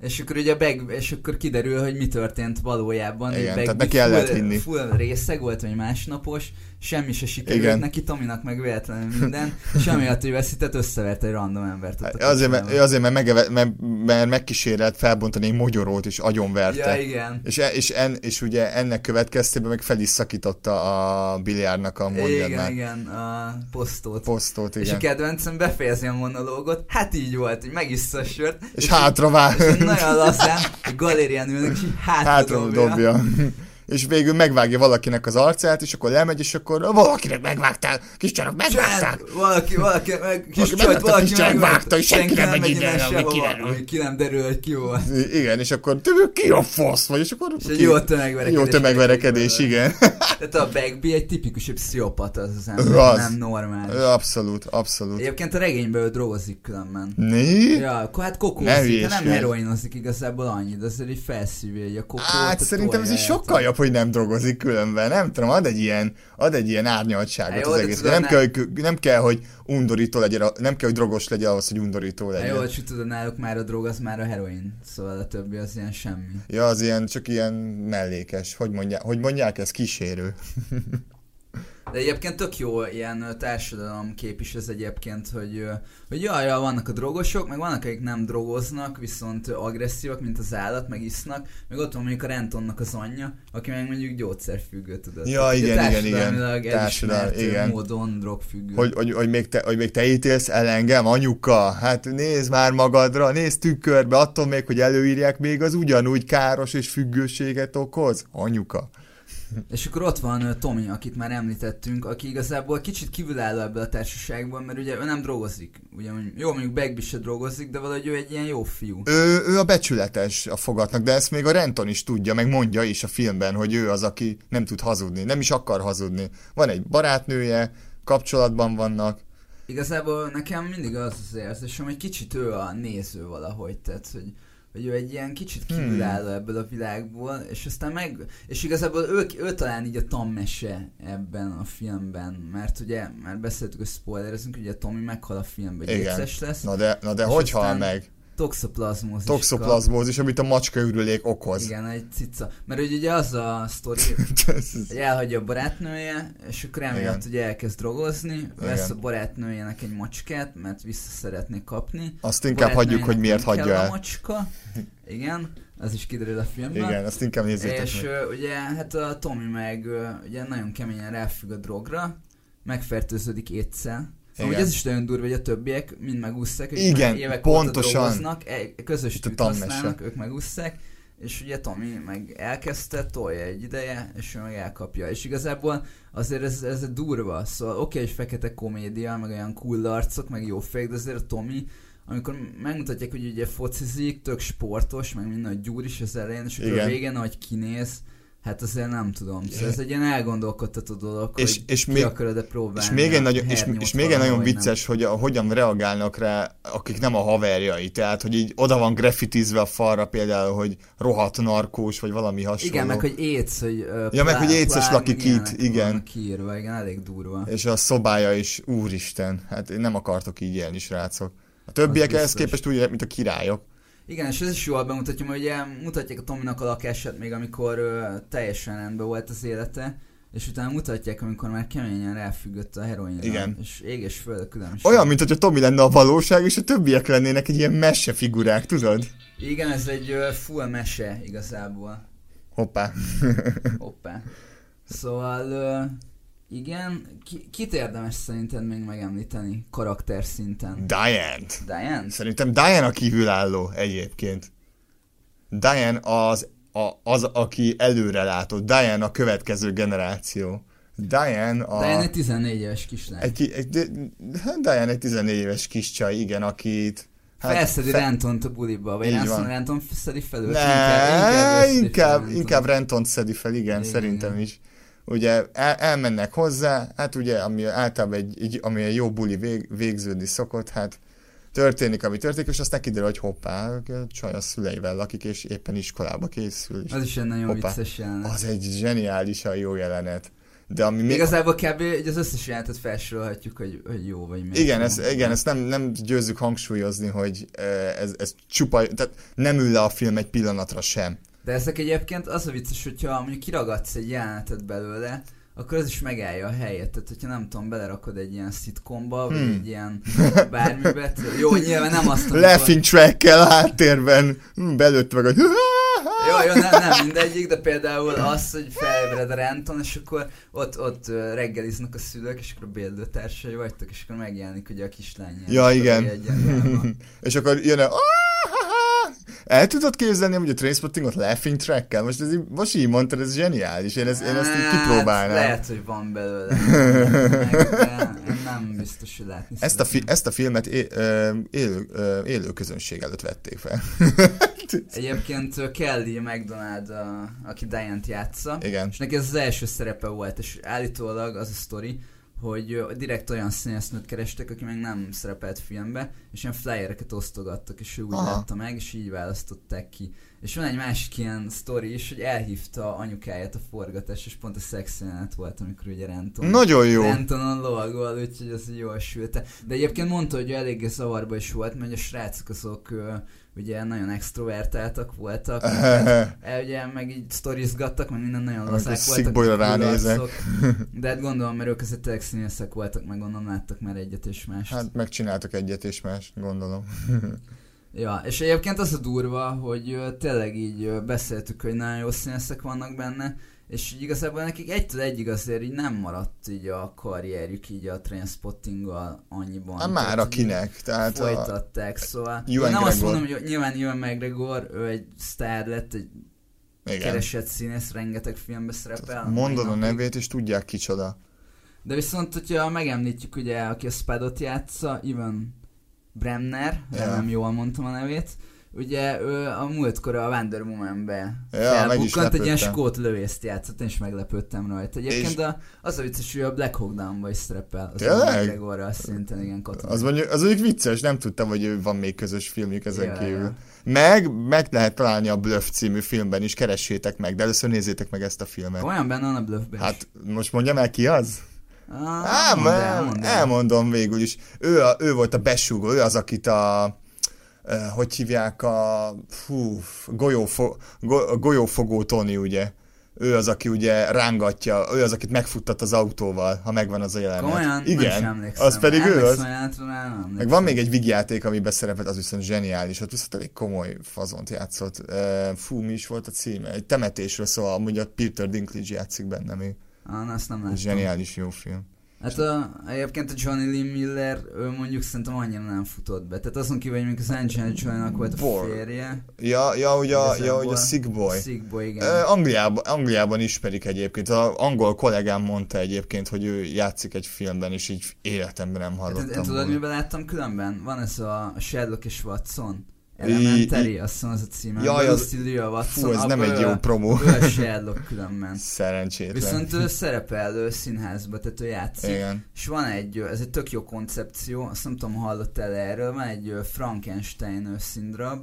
És akkor ugye Beg, és akkor kiderül, hogy mi történt valójában. hogy Igen, Bagby tehát neki el lehet full- hinni. Full részeg volt, vagy másnapos, semmi se sikerült Igen. Igen. neki, Tominak meg véletlenül minden, és amiatt, hogy veszített, összevert egy random embert. ott a Azért, mert, kocsmában. azért, mert, megeve, mert, mert megkísérelt felbontani egy mogyorót, és agyonverte. Ja, igen. És, e- és, en, és ugye ennek következtében meg fel is szakította a biliárnak a mondjad igen, már igen, a posztót. posztot, És igen. a És, kedvencem befejezi a monológot, hát így volt, hogy megissza a sört, és, és hát- hátra vár, és nagyon lazán, a galérián ülnek, és így hátra, hátra Hát dobja. Hát, dobja. <laughs> És végül megvágja valakinek az arcát, és akkor lemegy, és akkor valakinek megvágtál, kis csarak, megvágtál! Csend, valaki, valaki, meg, kis Valaki csajt, megvette, valaki kis csaj megölt. vágta, és senki nem megy megy innen, ami sehova, kiderül. ami ki nem derül, hogy ki <laughs> volt. I- Igen, és akkor "Te ki a fasz vagy, és akkor És egy ki- jó tömegverekedés. jó tömegverekedés, igen. <laughs> Tehát a Bagby egy tipikus pszichopata az az ember, Az. nem normális. Abszolút, abszolút. Egyébként a regényben ő drogozik különben. Né? Ja, akkor hát Ne kokózik, de nem hülyeskedj. heroinozik igazából annyit, de azért így felszívja egy a kokót. Hát a szerintem ez tolját. is sokkal jobb, hogy nem drogozik különben, nem tudom, ad egy ilyen, ad egy ilyen Hát árnyaltságot jó, az de egész. tudod, Nem, ne- kell, hogy- nem kell, hogy undorító legyen, a- nem kell, hogy drogos legyen ahhoz, hogy undorító Hát legyen. jó, hogy tudod, náluk már a drog az már a heroin, szóval a többi az ilyen semmi. Ja, az ilyen, csak ilyen mellékes. Hogy mondják, hogy mondják ez? Kísérő. De egyébként tök jó ilyen ö, társadalomkép is ez egyébként, hogy, ö, hogy jaj, jaj, vannak a drogosok, meg vannak, akik nem drogoznak, viszont ö, agresszívak, mint az állat, meg isznak, meg ott van mondjuk a Rentonnak az anyja, aki meg mondjuk gyógyszerfüggő, tudod. Ja, Tehát, ugye igen, igen, társadalmilag igen. Társadalom, elismert, ö, igen. módon drogfüggő. Hogy, hogy, hogy, még te, hogy még te ítélsz el engem, anyuka? Hát nézd már magadra, nézd tükörbe, attól még, hogy előírják, még az ugyanúgy káros és függőséget okoz. Anyuka. És akkor ott van ö, Tomi, akit már említettünk, aki igazából kicsit kívülálló ebből a társaságban, mert ugye ő nem drogozik. Ugye mondjuk- jó, mondjuk Bagby se drogozik, de valahogy ő egy ilyen jó fiú. Ő, ő a becsületes a fogatnak, de ezt még a Renton is tudja, meg mondja is a filmben, hogy ő az, aki nem tud hazudni, nem is akar hazudni. Van egy barátnője, kapcsolatban vannak, Igazából nekem mindig az az érzésem, hogy kicsit ő a néző valahogy, tehát hogy, hogy ő egy ilyen kicsit Hmm. kívülálló ebből a világból, és aztán meg, és igazából ő, ő talán így a tammese ebben a filmben, mert ugye már beszéltük, hogy spoilerezünk, ugye Tommy meghal a filmben, hogy Igen. vicces lesz, na de, na de És hogy hal aztán meg? toxoplazmózis. kap. Toxoplazmózis, amit a macskaürülék okoz. Igen, egy cica. Mert ugye, ugye az a sztori, <laughs> Ez- ez- hogy elhagyja a barátnője, és akkor Igen. emiatt ugye elkezd drogozni, vesz Igen. a barátnőjének egy macskát, mert vissza szeretné kapni. Azt inkább hagyjuk, hogy miért Barátnőjének nem hagyja kell a el. macska. Igen, az is kiderül a filmben. Igen, azt inkább nézzétek És meg. ö, ugye, hát a Tommy meg ö, ugye nagyon keményen ráfügg a drogra, megfertőződik étszel. Amúgy Igen. ez is nagyon durva, hogy a többiek mind megúszszák, ők Igen, már évek pontosan. óta dolgoznak, egy közös Itt a tűt tammese. használnak, ők megúszszák, és ugye Tomi meg elkezdte, tolja egy ideje, és ő meg elkapja. És igazából azért ez, ez durva, szóval oké, hogy fekete komédia, meg olyan cool arcok, meg jó fejek, de azért a Tomi amikor megmutatják, hogy ugye focizik, tök sportos, meg minden, hogy gyúr is az elején, és akkor Igen. a végén, ahogy kinéz, hát azért nem tudom. Szóval ez egy ilyen elgondolkodtató dolog, És- hogy és ki még- akarod-e próbálni. És még egy a nagyon, és, hernyót és még egy valahol, nagyon vagy nem. vicces, hogy a, hogyan reagálnak rá, akik nem a haverjai. Tehát, hogy így oda van graffitizve a falra például, hogy rohadt narkós, vagy valami hasonló. Igen, meg hogy étsz, hogy... ö, Ja, meg, hogy plá- étszes plá- lakik ilyenek itt, igen. vannak Kiírva, igen, elég durva. És a szobája is, úristen, hát én nem akartok így élni, srácok. A többiek Az ehhez biztos. képest úgy, mint a királyok. Igen, és ez is jól bemutatja, mert ugye mutatják a Tominak a lakását még amikor ö, teljesen rendben volt az élete, és utána mutatják, amikor már keményen ráfüggött a heroinra. Igen. És ég és föld a különbség. Olyan, mint hogy a Tomi lenne a valóság, és a többiek lennének egy ilyen mesefigurák, tudod? Igen, ez egy ö, full mese igazából. Hoppá. <laughs> Hoppá. Szóval, ö, igen, ki, kit érdemes szerinted még megemlíteni karakter szinten? Diane. Diane? Szerintem Diane a kívülálló egyébként. Diane az, a, az aki előrelátott. Diane a következő generáció. Diane a... Diane egy 14 éves kislány. Egy, ki- egy, de- hát Diane egy 14 éves kiscsaj, igen, akit... felszedi hát fe- Rentont a buliba, vagy Így Ranson van. Renton szedi felül. Ne, összedi inkább, fel inkább Rentont. Renton szedi fel, igen, Igen, szerintem igen. is. Ugye el, elmennek hozzá, hát ugye, ami általában egy, egy ami egy jó buli vég, végződni szokott, hát történik, ami történik, és aztán kiderül, hogy hoppá, a csaj a szüleivel lakik, és éppen iskolába készül. És Az is egy nagyon Hoppá. vicces jelenet. az egy zseniálisan jó jelenet. De ami még... Igazából kb. így az összes jelentet felsorolhatjuk, hogy, hogy jó vagy mi. Igen, ezt, igen, ezt nem, nem győzzük hangsúlyozni, hogy eh, ez, ez csupa, tehát nem ül le a film egy pillanatra sem. De ezek egyébként az a vicces, hogyha mondjuk kiragadsz egy jelenetet belőle, akkor az is megállja a helyét. Tehát, hogyha nem tudom, belerakod egy ilyen szitkomba, vagy Hmm. egy ilyen bármibe. tudod, Jó, nyilván nem azt, amikor- Laughing track-kel háttérben hm, belőtt meg, hogy Jó, jó, nem, nem mindegyik, de például az, hogy felébred a Renton, és akkor ott, ott ö, reggeliznek a szülők, és akkor béldőtársai vagytok, és akkor megjelenik ugye a kislány. ilyen <laughs> Ja, igen. egyenruhában. <laughs> És akkor jön a... El tudod képzelni, hogy a Trainspottingot laughing track-kel? Most, ez így, most így mondtad, ez zseniális. Én, ez, én ezt így Hát, kipróbálnám. Lehet, hogy van belőle. Meg, de én nem biztos, hogy látni Ezt a, szeretném. fi- ezt a filmet é- ö, élő, ö, élő közönség előtt vették <laughs> fel. Egyébként ö, Kelly McDonald, a, aki Diane-t játsza, Igen. és neki ez az első szerepe volt, és állítólag az a sztori, hogy ö, direkt olyan színésznőt kerestek, aki még nem szerepelt filmbe, és ilyen flyereket osztogattak, és ő úgy Aha. látta meg, és így választották ki. És van egy másik ilyen sztori is, hogy elhívta anyukáját a forgatás, és pont a szexjelenet volt, amikor ugye Renton Nagyon jó. Rentonon lovagol, úgyhogy az így jól sülte. De egyébként mondta, hogy eléggé zavarba is volt, mert a srácok azok ö, ugye nagyon extrovertáltak voltak, e, ugye meg így sztorizgattak, meg minden nagyon Amikor lazák voltak. Sick Boyra meg ránézek. <laughs> kudarcok. De hát gondolom, mert ők azért tényleg színészek voltak, meg gondolom láttak már egyet és mást. Hát. <laughs> Hát megcsináltak egyet és más, gondolom. Ja, és egyébként az a durva, hogy ö, tényleg így ö, beszéltük, hogy nagyon jó színészek vannak benne, és így igazából nekik egytől egyig azért így nem maradt így a karrierjük így a Trainspottinggal annyiban. Hát már Tehát, hogy akinek. Tehát a... folytatták, szóval Ewan én nem azt Gregor. mondom, hogy nyilván Ewan McGregor, ő egy sztár lett, egy Igen. keresett színész, rengeteg filmbe szerepel. Mondod a Mai napig. nevét, és tudják kicsoda. De viszont, hogyha megemlítjük ugye, aki a Spadot játsza, Ivan Bremner, Ja. nem jól mondtam a nevét, ugye ő a múltkor a Wonder Woman-be Ja, meg is felbukkant, egy ilyen lepődtem. skót lövészt játszott, én is meglepődtem rajta. Egyébként És- a, az a vicces, hogy ő a Black Hawk Down-ba is szerepel. Az Tényleg? a McGregorral szinten, igen, katona. Az mondjuk, az mondjuk vicces, nem tudtam, hogy ő- van még közös filmjük ezen Ja, kívül. ja. Meg, meg lehet találni a Bluff című filmben is, keressétek meg, de először nézzétek meg ezt a filmet. Olyan benne van a bluffben is. Hát most mondjam el ki az? Ah, Á, mondd el, el- mondd el. elmondom végül is. Ő, a, ő volt a besúgó, ő az, akit a ö, hogy hívják a hú, golyófo, go, golyófogó Tony, ugye? Ő az, aki ugye rángatja, ő az, akit megfuttat az autóval, ha megvan az a jelenet. Komolyan? Igen, nem is emlékszem. az pedig ő Emlékszem az. a jelentre, már nem Meg van még egy vigjáték, amiben szerepelt, az viszont zseniális, ott viszont elég komoly fazont játszott. Eh, Fú, mi is volt a címe? Egy temetésről, szóval amúgy a Peter Dinklage játszik benne még. Ah, na, azt nem láttam. Zseniális jó film. Hát a, egyébként a Johnny Lee Miller, ő mondjuk szerintem annyira nem futott be. Tehát azon kívül, hogy mondjuk az Angelina Jolie-nak volt a Bor. férje. Ja, ja, ugye a, ja, Igazából ugye a Sick Boy. Sick Boy, igen. Eh, Angliában, Angliában ismerik egyébként. A angol kollégám mondta egyébként, hogy ő játszik egy filmben, és így életemben nem hát, én- én hallottam. tudod, róla. miben láttam különben? Van ez a Sherlock és Watson. I- Elementary, azt hiszem az a címe. Jaj, Jaj, az- az... Lucia Watson. Fú, ez nem abban egy ő- jó promó. Ő a Sherlock különben. <laughs> Szerencsétlen. Viszont ő szerepel ő színházba, tehát ő játszik. Igen. És van egy, ö, ez egy tök jó koncepció, azt nem tudom, hallottál -e erről, van egy ö, Frankenstein ö, színdrab,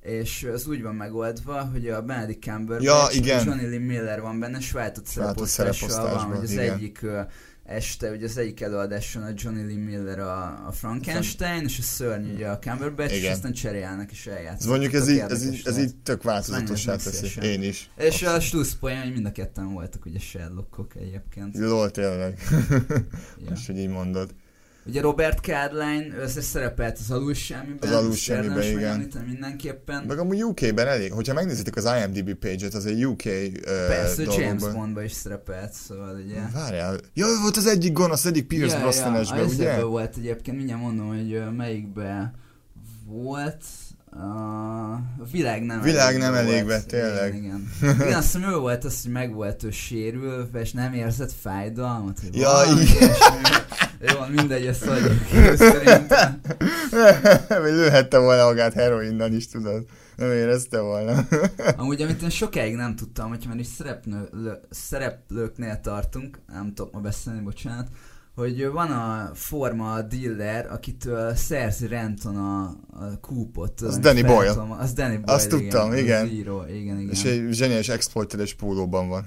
és ez úgy van megoldva, hogy a Benedict Cumberbatch, Ja, és igen. Johnny Lee Miller van benne, és váltott Váltott szereposztással van, szereposztásban, hogy az igen. egyik ö, este, ugye az egyik előadáson a Johnny Lee Miller a, a Frankenstein, és a szörny ugye a Cumberbatch, és Igen. aztán cserélnek és eljátsznak. Ez mondjuk ez Tök így, ez, érdekes így, ez lehet. így tök változatossá Menjünk még teszi. szívesen. Én is. És a slusszpoén, hogy mind a ketten voltak ugye Sherlockok egyébként. <laughs> Lol, tényleg. Ja. Most, hogy így mondod. Ugye Robert Carlyle összes szerepelt az alul semmiben. Az Alul ezt érdemes semmiben, igen. megemlíteni mindenképpen. Meg amúgy UK-ben elég, hogyha megnézitek az IMDb page-et, az egy UK uh, Persze, James dolgokban. Bondba is szerepelt, szóval ugye. Várjál. Ja, ő volt az egyik gonosz, az egyik Pierce Ja, yeah, ja, Brosnan-esben, a ugye? <laughs> Ezerben volt egyébként, mindjárt mondom, hogy ö, melyikbe volt. A világ nem Világ elégbe nem volt. elégbe, tényleg. Igen, <laughs> igen. igen, azt hiszem ő volt az, hogy meg volt ő sérülve, és nem érzett fájdalmat. Hogy Ja, valami igen. ilyesmi. Jó, mindegy, ezt hagyjuk <laughs> ki, szerintem. Vagy lőhette volna magát heroinnal is, tudod. Nem érezte volna. Amúgy, amit én sokáig nem tudtam, hogyha már is szereplő, lö, szereplőknél tartunk, nem tudok ma beszélni, bocsánat, hogy van a forma a dealer, akitől szerzi Renton a, a kúpot. Az ami Danny fel Boyle. tudom- Az Danny Boyle, Azt tudtam, igen. Az író, igen, igen. És egy zseniás exploiteres pólóban van.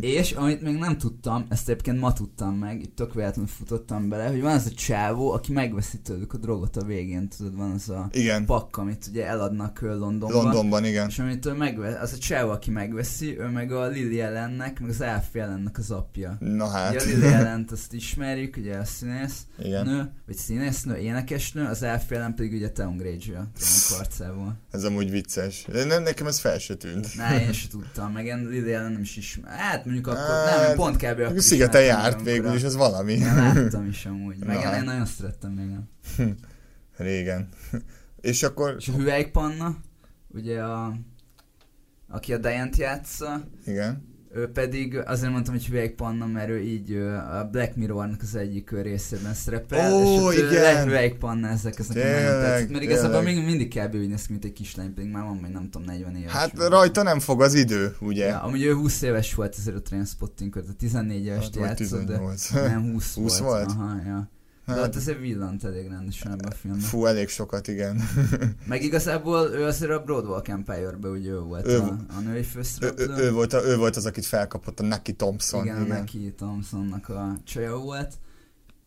És amit még nem tudtam, ezt egyébként ma tudtam meg, itt tök véletlenül futottam bele, hogy van az a csávó, aki megveszi tőlük a drogot a végén, tudod, van az a Igen. pakk, amit ugye eladnak ő Londonban. Londonban, igen. És amit ő megve, az a csáv, aki megveszi, ő meg a Lily Ellennek, meg az Elf Ellennek az apja. Na hát. Ugye a Lily Ellent azt ismerjük, ugye a színész Igen. nő, vagy színésznő, énekesnő, az Elf Ellen pedig ugye Tom Grage-ja, Tom karcából. Ez amúgy vicces. De ne, nekem ez fel se tűnt. Na, én sem tudtam, meg én Lily Ellen nem is ismer. Hát mondjuk akkor, Hát, nem, pont kb. akkor Akkor Szigeten ismertem, járt amikor végül, a- és ez valami. Ja, láttam is amúgy, meg Na. én nagyon szerettem még. nem. <laughs> Régen. <laughs> És akkor, És a Hüvelyk Panna, ugye a, aki a Diane-t játsza, igen. Ő pedig azért mondtam, hogy Hüvelyk Panna, mert ő így ö, a Black Mirrornak az egyik ö, részében szerepel. Ó, és ott, ö, igen. lehet Hüvelyk Panna ezek, ezek Tényleg, nagyon tetszett, mert igazából tényleg. még mindig kb. úgy néz ki, mint egy kislány, pedig már van, hogy nem tudom, 40 éves. Hát vagy. rajta nem fog az idő, ugye? Ja, amúgy ő 20 éves volt ezért a Trainspotting tehát 14 éves Hát, vagy játszott, de 18. nem 20, 20 volt. volt? Aha, ja. De Hát, ott azért villant elég rendesen ebben a filmben. <laughs> Fú, elég <laughs> sokat, igen. Meg igazából ő azért a Broadwalk Empire-ben ugye ő volt Ő- a, a női Ő, főszereplő. ő, ő, volt a, ő volt az, akit felkapott, a Naki Thompson. Igen, igen. Neki Thompsonnak a csaja volt.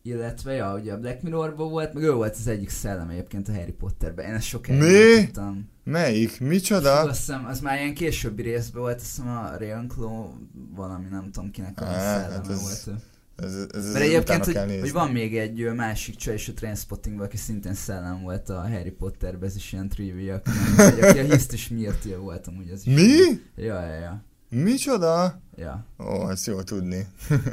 Illetve, ja, ugye a Black Mirrorban volt, meg ő volt az egyik szellem egyébként a Harry Potterben. Én ezt sokáig Mi? hát- nem tudtam. Melyik? Fú, Micsoda? Azt hiszem, az már ilyen későbbi részben volt, azt hiszem a Ravenclaw valami, nem tudom kinek a Á, szelleme hát ez- volt. ő. Ez, ez, ez Mert utána egyébként, kell hogy, nézni. hogy, van még egy ö, másik csaj is a Trainspottingban, aki szintén szellem volt a Harry Potterben, ez is ilyen trivia, hogy aki a hiszt is miért volt amúgy az is. Mi? Ja, ja, ja. Micsoda? ja. Ó, ezt jó tudni. <laughs>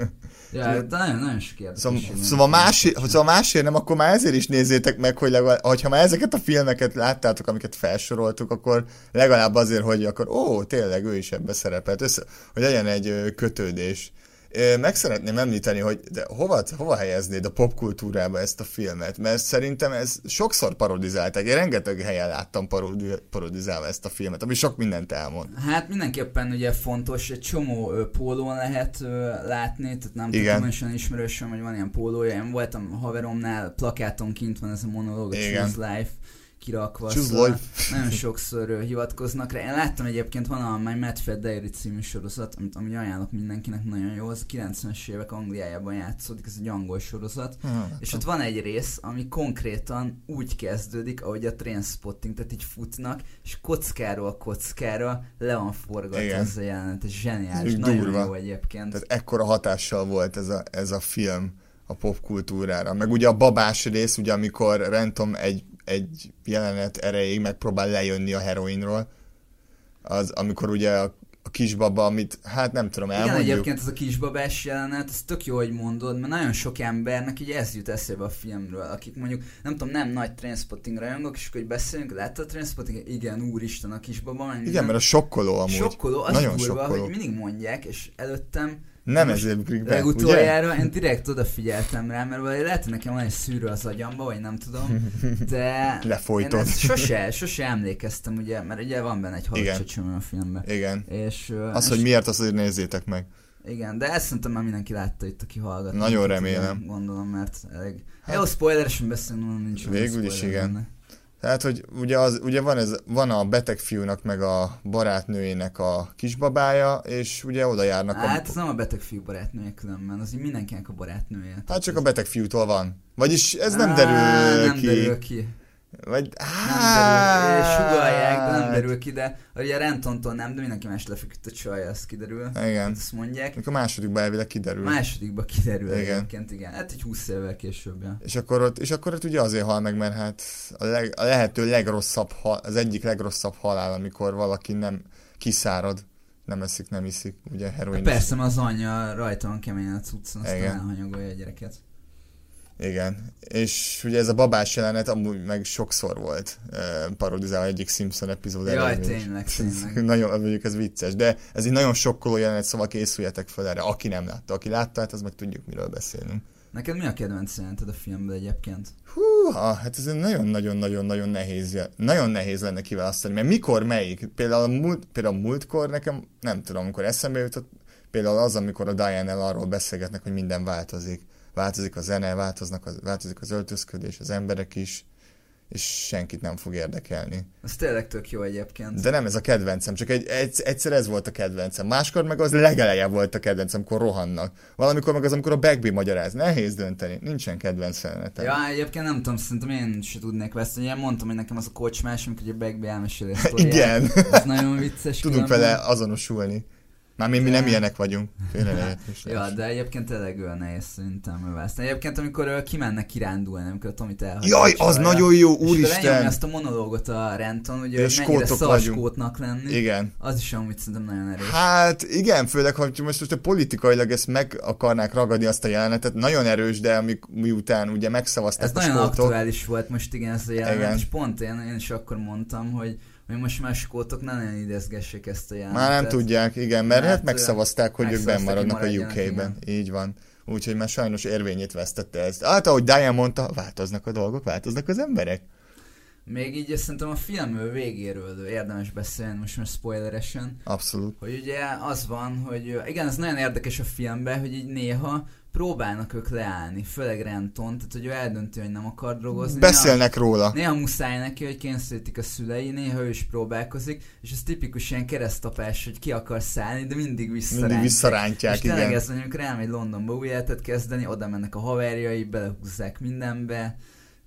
Ja, de nagyon, nagyon sok Szóval, érdekes. szóval, másért, szóval másért nem, akkor már ezért is nézzétek meg, hogy legalább, hogyha már ezeket a filmeket láttátok, amiket felsoroltuk, akkor legalább azért, hogy akkor ó, tényleg ő is ebbe szerepelt, össze, hogy legyen egy ö, kötődés. Ö, Meg szeretném említeni, hogy de hova, hova helyeznéd a popkultúrába ezt a filmet? Mert szerintem ez sokszor parodizálták. Én rengeteg helyen láttam parodi- parodizálva ezt a filmet, ami sok mindent elmond. Hát mindenképpen ugye fontos, egy csomó ö, pólón lehet ö, látni, tehát nem Igen. tudom, is olyan ismerősöm, hogy van ilyen pólója, én voltam haveromnál, plakáton kint van ez a monológ, a Igen. Choose Life kirakva. Choose szóval Life. Nagyon sokszor ö, hivatkoznak rá. Én láttam egyébként, van a My Mad Fat Diary című sorozat, amit, amit ajánlok mindenkinek, nagyon jó, az a 90-es évek Angliájában játszódik, ez egy angol sorozat, Hmm. és ott van egy rész, ami konkrétan úgy kezdődik, ahogy a Trainspotting, tehát így futnak, és kockáról kockára le van forgatva Igen. ez a jelenet, ez zseniális, Ez nagyon durva. jó egyébként. Tehát ekkora hatással volt ez a, ez a film a popkultúrára. Meg ugye a babás rész, ugye amikor Rentom egy, egy jelenet erejéig megpróbál lejönni a heroinról, az amikor ugye a, a kisbaba, amit hát nem tudom, Igen, elmondjuk. egyébként ez a kisbabás jelenet, ez tök jó, hogy mondod, mert nagyon sok embernek így ez jut eszébe a filmről, akik mondjuk, nem tudom, nem nagy Trainspotting rajongok, és akkor hogy beszélünk, láttad a Trainspotting? Igen, úristen, a kisbaba. meg Igen, minden. mert a sokkoló amúgy. Sokkoló, az Nagyon durva, sokkoló. hogy mindig mondják, és előttem nem most ezért ugrik be, ugye? Legutoljára én direkt odafigyeltem rá, mert valahogy lehet, hogy nekem van egy szűrő az agyamba, vagy nem tudom, de én <laughs> Lefolytod. ezt sose, sose emlékeztem, ugye, mert ugye van benne egy halacsacsomó a filmben. Igen. És, ö, Az, és- hogy miért, azt azért nézzétek meg. Igen, de ezt szerintem már mindenki látta itt, aki hallgat. minket, Nagyon ugye, remélem. Gondolom, mert elég... Hát- Hát, Jó, spoileresen beszélünk, mondom, nincs olyan Végül is spoiler igen. benne. Tehát, hogy ugye, az, ugye van, ez, van a beteg fiúnak meg a barátnőjének a kisbabája, és ugye oda járnak Hát a... ez nem a beteg fiú barátnője különben, az így mindenkinek a barátnője. Hát Tehát csak a ez- beteg fiútól van. Vagyis ez nem Á, derül nem ki. derül ki. Vagy... Nem Hát, derül ki. Sugalják, de nem derül ki, de ugye Rentontól nem, de mindenki más lefeküdt a csaj, az kiderül. Igen. Ezt mondják. Mikor a másodikban elvileg kiderül. Másodikba kiderül Igen. igen. egyébként, igen. Hát egy 20 évvel később, ja. És akkor, ott, és akkor ott ugye azért hal meg, mert hát a, leg, a lehető legrosszabb, hal, az egyik legrosszabb halál, amikor valaki nem kiszárad, nem eszik, nem iszik, ugye Hát heroin. persze, mert az anyja rajta van keményen a cuccon, aztán Igen. elhanyagolja a gyereket. Igen. És ugye ez a babás jelenet amúgy meg sokszor volt uh, parodizálva egyik Simpson epizód Jaj, elején is. tényleg, Ez tényleg. nagyon, mondjuk ez vicces, de ez egy nagyon sokkoló jelenet, szóval készüljetek fel erre, aki nem látta. Aki látta, hát az meg tudjuk, miről beszélünk. Neked mi a kedvenc jelented a filmben egyébként? Húha, hát ez egy nagyon-nagyon-nagyon-nagyon nehéz, je- nagyon nehéz lenne kiválasztani, mert mikor melyik? Például, a múlt, például a múltkor nekem, nem tudom, amikor eszembe jutott, például az, amikor a Diane-el arról beszélgetnek, hogy minden változik. Változik a zene, változnak az, változik az öltözködés, az emberek is, és senkit nem fog érdekelni. Az tényleg tök jó egyébként. De nem ez a kedvencem, csak egy, egy, egyszer ez volt a kedvencem. Máskor meg az legeleje volt a kedvencem, amikor rohannak. Valamikor meg az, amikor a Bagby magyaráz. Nehéz dönteni, nincsen kedvenc jelenetem. Ja, egyébként nem tudom, szerintem én se tudnék veszteni. Ugye mondtam, hogy nekem az a kocsmás, amikor a Begbie elmeséli a sztoriát. <laughs> Igen. Ez nagyon vicces. Tudunk különben. vele azonosulni. Már mi, mi nem Ja. ilyenek vagyunk. Félre ne <laughs> értsék. Ja, de egyébként tényleg olyan nehéz szerintem veszteni. Egyébként, amikor ö, kimennek kirándulni, amikor a Tomit elhagyja. Jaj, a az csajjal. nagyon jó, És akkor lenyomja úristen! azt a monológot a Renton, ugye, De hogy mennyire skótok szar vagyunk. skótnak lenni. Igen. Az is amúgy szerintem nagyon erős. Hát igen, főleg, ha most, most a politikailag ezt meg akarnák ragadni azt a jelenetet, nagyon erős, de amik, miután ugye megszavazták Ez a nagyon skótok, aktuális volt most igen ez a Igen. jelenet, és pont én, én is akkor mondtam, hogy, hogy most már skótok ne nagyon idezgessék ezt a jelenetet. már nem tudják, igen, mert Mert, hát megszavazták, hogy ők benn megszavazták, hogy maradnak a maradjanak, UK-ben. Így van. Úgyhogy már sajnos érvényét vesztette ezt. Hát, ahogy Diane mondta, változnak a dolgok, változnak az emberek. Még így azt szerintem a film végéről érdemes beszélni, most már spoileresen, Abszolút. hogy ugye az van, hogy ö, igen, ez nagyon érdekes a filmben, hogy így néha próbálnak ők leállni, főleg Renton, tehát hogy ő eldönti, hogy nem akar drogozni. Beszélnek róla. Néha, néha muszáj neki, hogy kényszerítik a szülei, néha ő is próbálkozik, és ez tipikus ilyen keresztapás, hogy ki akar szállni, de mindig visszarántják. Mindig és visszarántják, tényleg igen. ez, mondjuk rámegy Londonba új életet kezdeni, oda mennek a haverjai, belehúzzák mindenbe,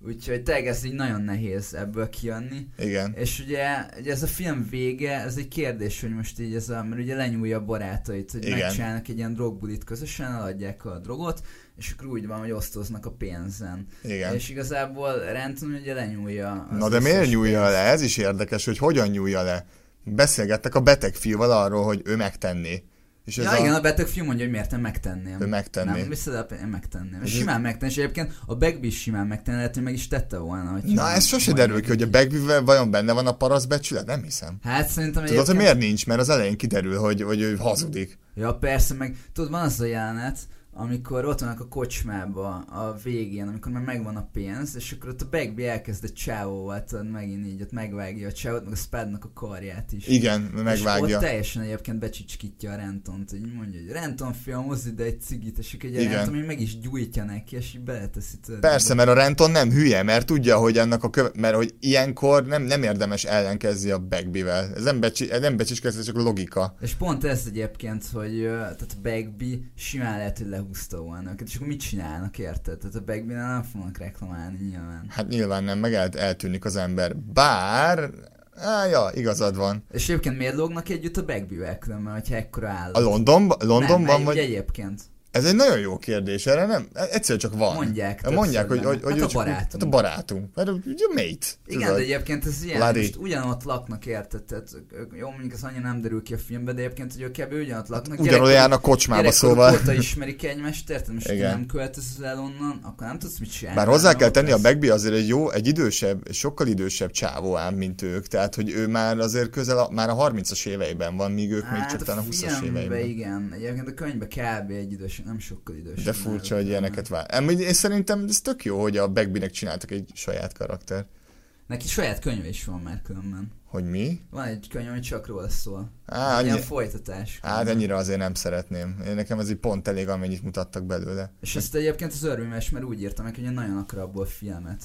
úgyhogy tényleg ez így nagyon nehéz ebből kijönni. Igen. És ugye, ugye ez a film vége, ez egy kérdés, hogy most így ez a, mert ugye lenyúlja a barátait, hogy Igen. Igen. megcsinálnak egy ilyen drogbulit közösen, eladják a drogot, és akkor úgy van, hogy osztoznak a pénzen. Igen. És igazából Renton ugye lenyúlja. az Na de miért összes nyúlja pénzt. le? Ez is érdekes, hogy hogyan nyúlja le. Beszélgettek a beteg fiúval arról, hogy ő megtenné. És ez Ja a... igen, a beteg fiú mondja, hogy miért nem megtenném. Ő megtenné. Nem, viszont a pénzt- én megtenném. Ez- És simán megtenné, és egyébként a Bagby is simán megtenné, lehet, hogy meg is tette volna. hogy Na simán ez sose mondja. derül ki, hogy a Bagbyvel vajon benne van a paraszbecsület? Nem hiszem. Hát szerintem Tudod, hogy egyébként- miért nincs? Mert az elején kiderül, hogy, hogy ő hazudik. Ja, persze, meg tudod, van az a jelenet, amikor ott vannak a kocsmába a végén, amikor már megvan a pénz, és akkor ott a Bagby elkezd a csávóval, tudod, megint így ott megvágja a csávót, meg a Spadnak a karját is. Igen, És megvágja. ott teljesen egyébként becsicskítja a Rentont, hogy mondja, hogy Renton fiam, hozz ide egy cigit, és akkor egy Igen. Renton még meg is gyújtja neki, és így beleteszi tudod. Persze, mert a Renton nem hülye, mert tudja, hogy annak a köve... mert hogy ilyenkor nem, nem érdemes ellenkezni a Bagbyvel. Ez nem, becsi... ez nem becsicskezés, csak logika. És pont ez egyébként, hogy ö, tehát a Bagby simán lehet, hogy lehúzta volna őket, és akkor mit csinálnak, érted? Tehát a bagby nem fognak reklamálni nyilván. Hát nyilván nem, meg el, eltűnik az ember. Bár... Á, ja, igazad van. És egyébként miért lógnak együtt a Bagby-vel különben, hogyha ekkora áll? A Londonban, Londonban nem, vagy... vagy... egyébként. Ez egy nagyon jó kérdés, erre nem, e- egyszerűen csak van. Mondják többször Mondják, hogy, benne. hogy, hogy Hát ő a csak- barátunk. Hát a barátunk. Hát ugye mate. Igen, de tudod. egyébként ez ilyen, Larry. most ugyanott laknak, érted? Tehát, ők- jó, mondjuk ez annyira nem derül ki a filmbe, de egyébként, hogy ők kb. ugyanott laknak. Hát Ugyanolyan járnak kocsmába, szóval. Óta ismerik egymást, érted? Most Igen. Igen. nem költözöl el onnan, akkor nem tudsz mit csinálni. Bár hozzá hanem kell ott tenni, a lesz. Begbi azért egy jó, egy idősebb, sokkal idősebb csávó ám, mint ők. Tehát, hogy ő már azért közel, a, már a 30-as éveiben van, míg ők még Hát csak a talán a 20-as filmbe éveiben. Igen, egyébként a könyvbe kb. egy idős, nem sokkal idős. De furcsa, hogy ilyeneket vár. Em, Én szerintem ez tök jó, hogy a Begbinek csináltak egy saját karakter. Neki saját könyve is van már különben. Hogy mi? Van egy könyv, ami csak róla szól. Á, Ilyen annyi, folytatás. hát ennyire azért nem szeretném. Én nekem ez így pont elég, amennyit mutattak belőle. És ezt egyébként az örvényes, mert úgy írta meg, hogy én nagyon akar abból filmet.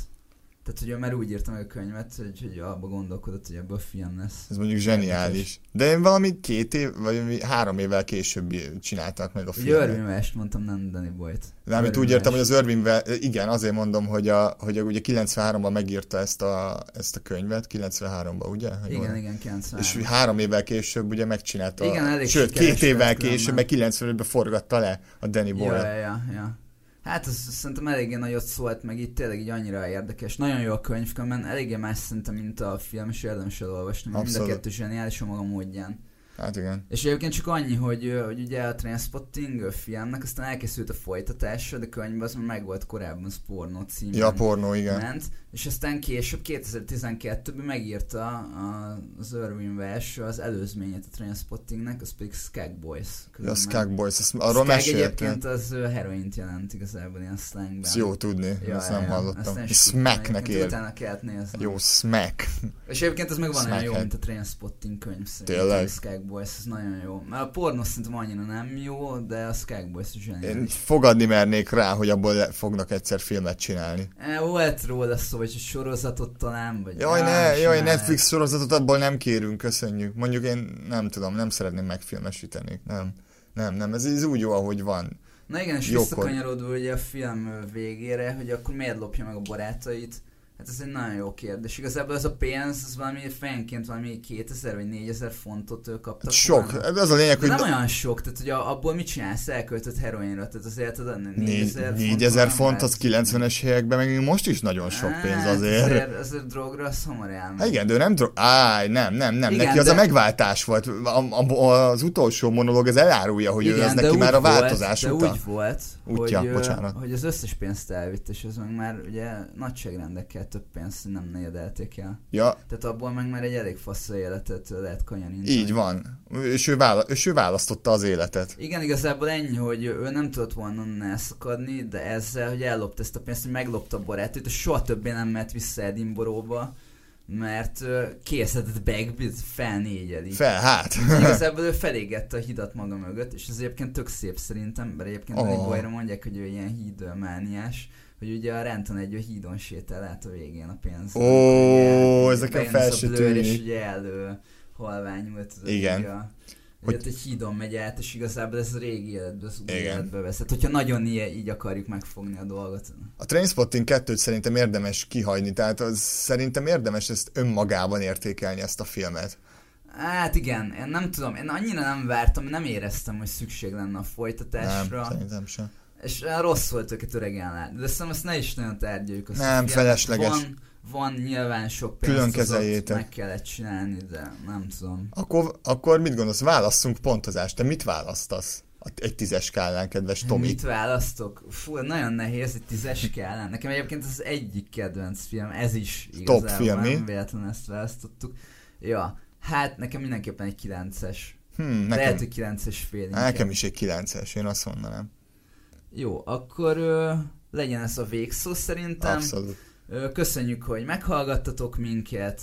Tehát ugye már úgy írtam a könyvet, hogy, hogy abba gondolkodott, hogy ebből film lesz. Ez mondjuk zseniális. De én valami két év, vagy mi- három évvel később csinálták meg a Ugye Irving filmet. West mondtam, nem Danny Boyt. Mármint úgy Irving értem, hogy West. az Irving, igen, azért mondom, hogy, a, hogy a, ugye 93-ban megírta ezt a, ezt a könyvet, 93-ban, ugye? Ha jól Igen, igen, 93. És három évvel később ugye megcsinálta, Igen, a, elég sőt, sikeres két évvel lett különben. később, meg 95-ben forgatta le a Danny ja, boyle ja, ja, ja. Hát ez szerintem eléggé nagyot szólt meg itt, tényleg így annyira érdekes. Nagyon jó a könyv, mert eléggé más szerintem, mint a film, és érdemes elolvasni. mert Mind a Abszolút. kettő zseniális a maga módján. Hát igen. És egyébként csak annyi, hogy, ö, hogy ugye a Transpotting ö, filmnek aztán elkészült a folytatása, de könyvben az már meg volt korábban, az pornó címen Ja, a pornó, igen. ment, és aztán később 2012-ben megírta a- az Irwin Welsh az előzményét a Transpottingnek, az pedig Skag Boys. Ja, a különben. Skag Boys, ezt arról Skag meséltem. egyébként az ö, heroint jelent igazából ilyen slangben. Ezt jó tudni, Ja, ezt nem ja, hallottam. nem És is tudtam, Smacknek egyébként ér. Utána kellett nézni. Jó, Smack. És egyébként ez meg van olyan jó, Smackhead. mint a Trainspotting könyv szerintem. Tényleg? A Skag Boys, ez nagyon jó. Mert a pornó szerintem annyira nem jó, de a Skag Boys is Én zseniális. fogadni mernék rá, hogy abból le- fognak egyszer filmet csinálni. Én... Volt róla szó, vagy egy sorozatot talán, vagy... Jaj, Á, ne, és jaj, már- Netflix sorozatot abból nem kérünk, köszönjük. Mondjuk én nem tudom, nem szeretném megfilmesíteni. Nem, nem, nem, ez, ez úgy jó, ahogy van. Na igen, és Jókor. visszakanyarodva ugye a film ö, végére, hogy akkor miért lopja meg a barátait. Hát ez egy nagyon jó kérdés. Igazából ez a pénz, ez valami fejenként valami 2000 vagy 4000 fontot ö, kaptak. Hát sok, volna. ez az a lényeg, De hogy nem olyan sok, tehát hogy a- abból mit csinálsz, elköltöd heroinra, tehát azért az 4000 Négy- font. 4000 nem font lehet. az 90-es években, meg még most is nagyon sok pénz Hát, azért. azért, azért drogra az hamar elmegy. Hát igen, de ő nem dro- Áj, nem, nem, nem, Igen, neki az de- a megváltás volt. A, a, az utolsó monológ, ez elárulja, hogy ő Igen, ez de neki úgy már a volt- változás de után. úgy volt, Útja, hogy, ö, bocsánat. hogy az összes pénzt elvitt, és az meg már ugye nagyságrendekkel több pénzt nem negyedelték el. Ja, Tehát abból meg már egy elég fasz életet lehet kanyarintani. így van. És ő, vála- és ő választotta az életet. Igen, igazából ennyi, hogy ő nem tudott volna onnan elszakadni, de ezzel, hogy ellopta ezt a pénzt, hogy meglopta a barátét, és soha többé nem mehet vissza Edinboróba, mert ö, készített Bagbit felnégyeli. Fel, hát. <laughs> Igazából ő felégette a hidat maga mögött, és ez egyébként tök szép szerintem, mert egyébként Ó. oh. bolyra mondják, hogy ő ilyen hídmániás, hogy ugye a Renton egy ő hídon sétál át a végén a pénz. Ó, ezek a felső tűnik. És ugye elő halvány volt. tudod, Igen. így a- Hogy- Hogy ott egy hídon megy át, és igazából ez a régi életbe, az új Igen. életbe veszett. Hogyha nagyon ilyen, így akarjuk megfogni a dolgot. A Trainspotting 2-t szerintem érdemes kihagyni, tehát az, szerintem érdemes ezt önmagában értékelni ezt a filmet. Hát igen, én nem tudom, én annyira nem vártam, nem éreztem, hogy szükség lenne a folytatásra. Nem, szerintem sem. És olyan rossz volt őket öregen látni, de szerintem ezt ne is nagyon tárgyaljuk. Azt Nem, hogy ilyen felesleges. Van, van nyilván sok pénzt, Külön Külön kezeljétek. meg kellett csinálni, de nem tudom. Akkor, akkor mit gondolsz? Válasszunk pontozást. Te mit választasz? A- Egy tízes skálán, kedves Tomi. Hmm. Mit választok? Fú, nagyon nehéz, egy tízes skálán. Nekem egyébként az egyik kedvenc film, ez is igazából film, mi? nem véletlen ezt választottuk. Ja, hát nekem mindenképpen egy 9-es. Lehet, Hmm, nekem, hogy 9 és fél. Á, inkább. nekem is egy kilences, én azt mondanám. Jó, akkor ö, legyen ez a végszó szerintem. Abszolút. Ö, Köszönjük, hogy meghallgattatok minket,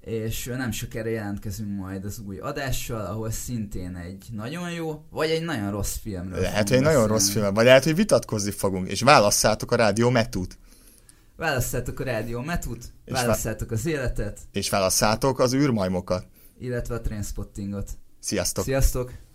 és ö, nem sokára jelentkezünk majd az új adással, ahol szintén egy nagyon jó, vagy egy nagyon rossz filmről Lehet, fogunk hogy egy nagyon beszélni. rossz film, vagy lehet, hogy vitatkozni fogunk, és válasszátok a rádió metút, Válasszátok a Rádió Metut, És válasszátok az életet, és válasszátok az űrmajmokat. illetve a Trainspottingot. Sziasztok! Sziasztok!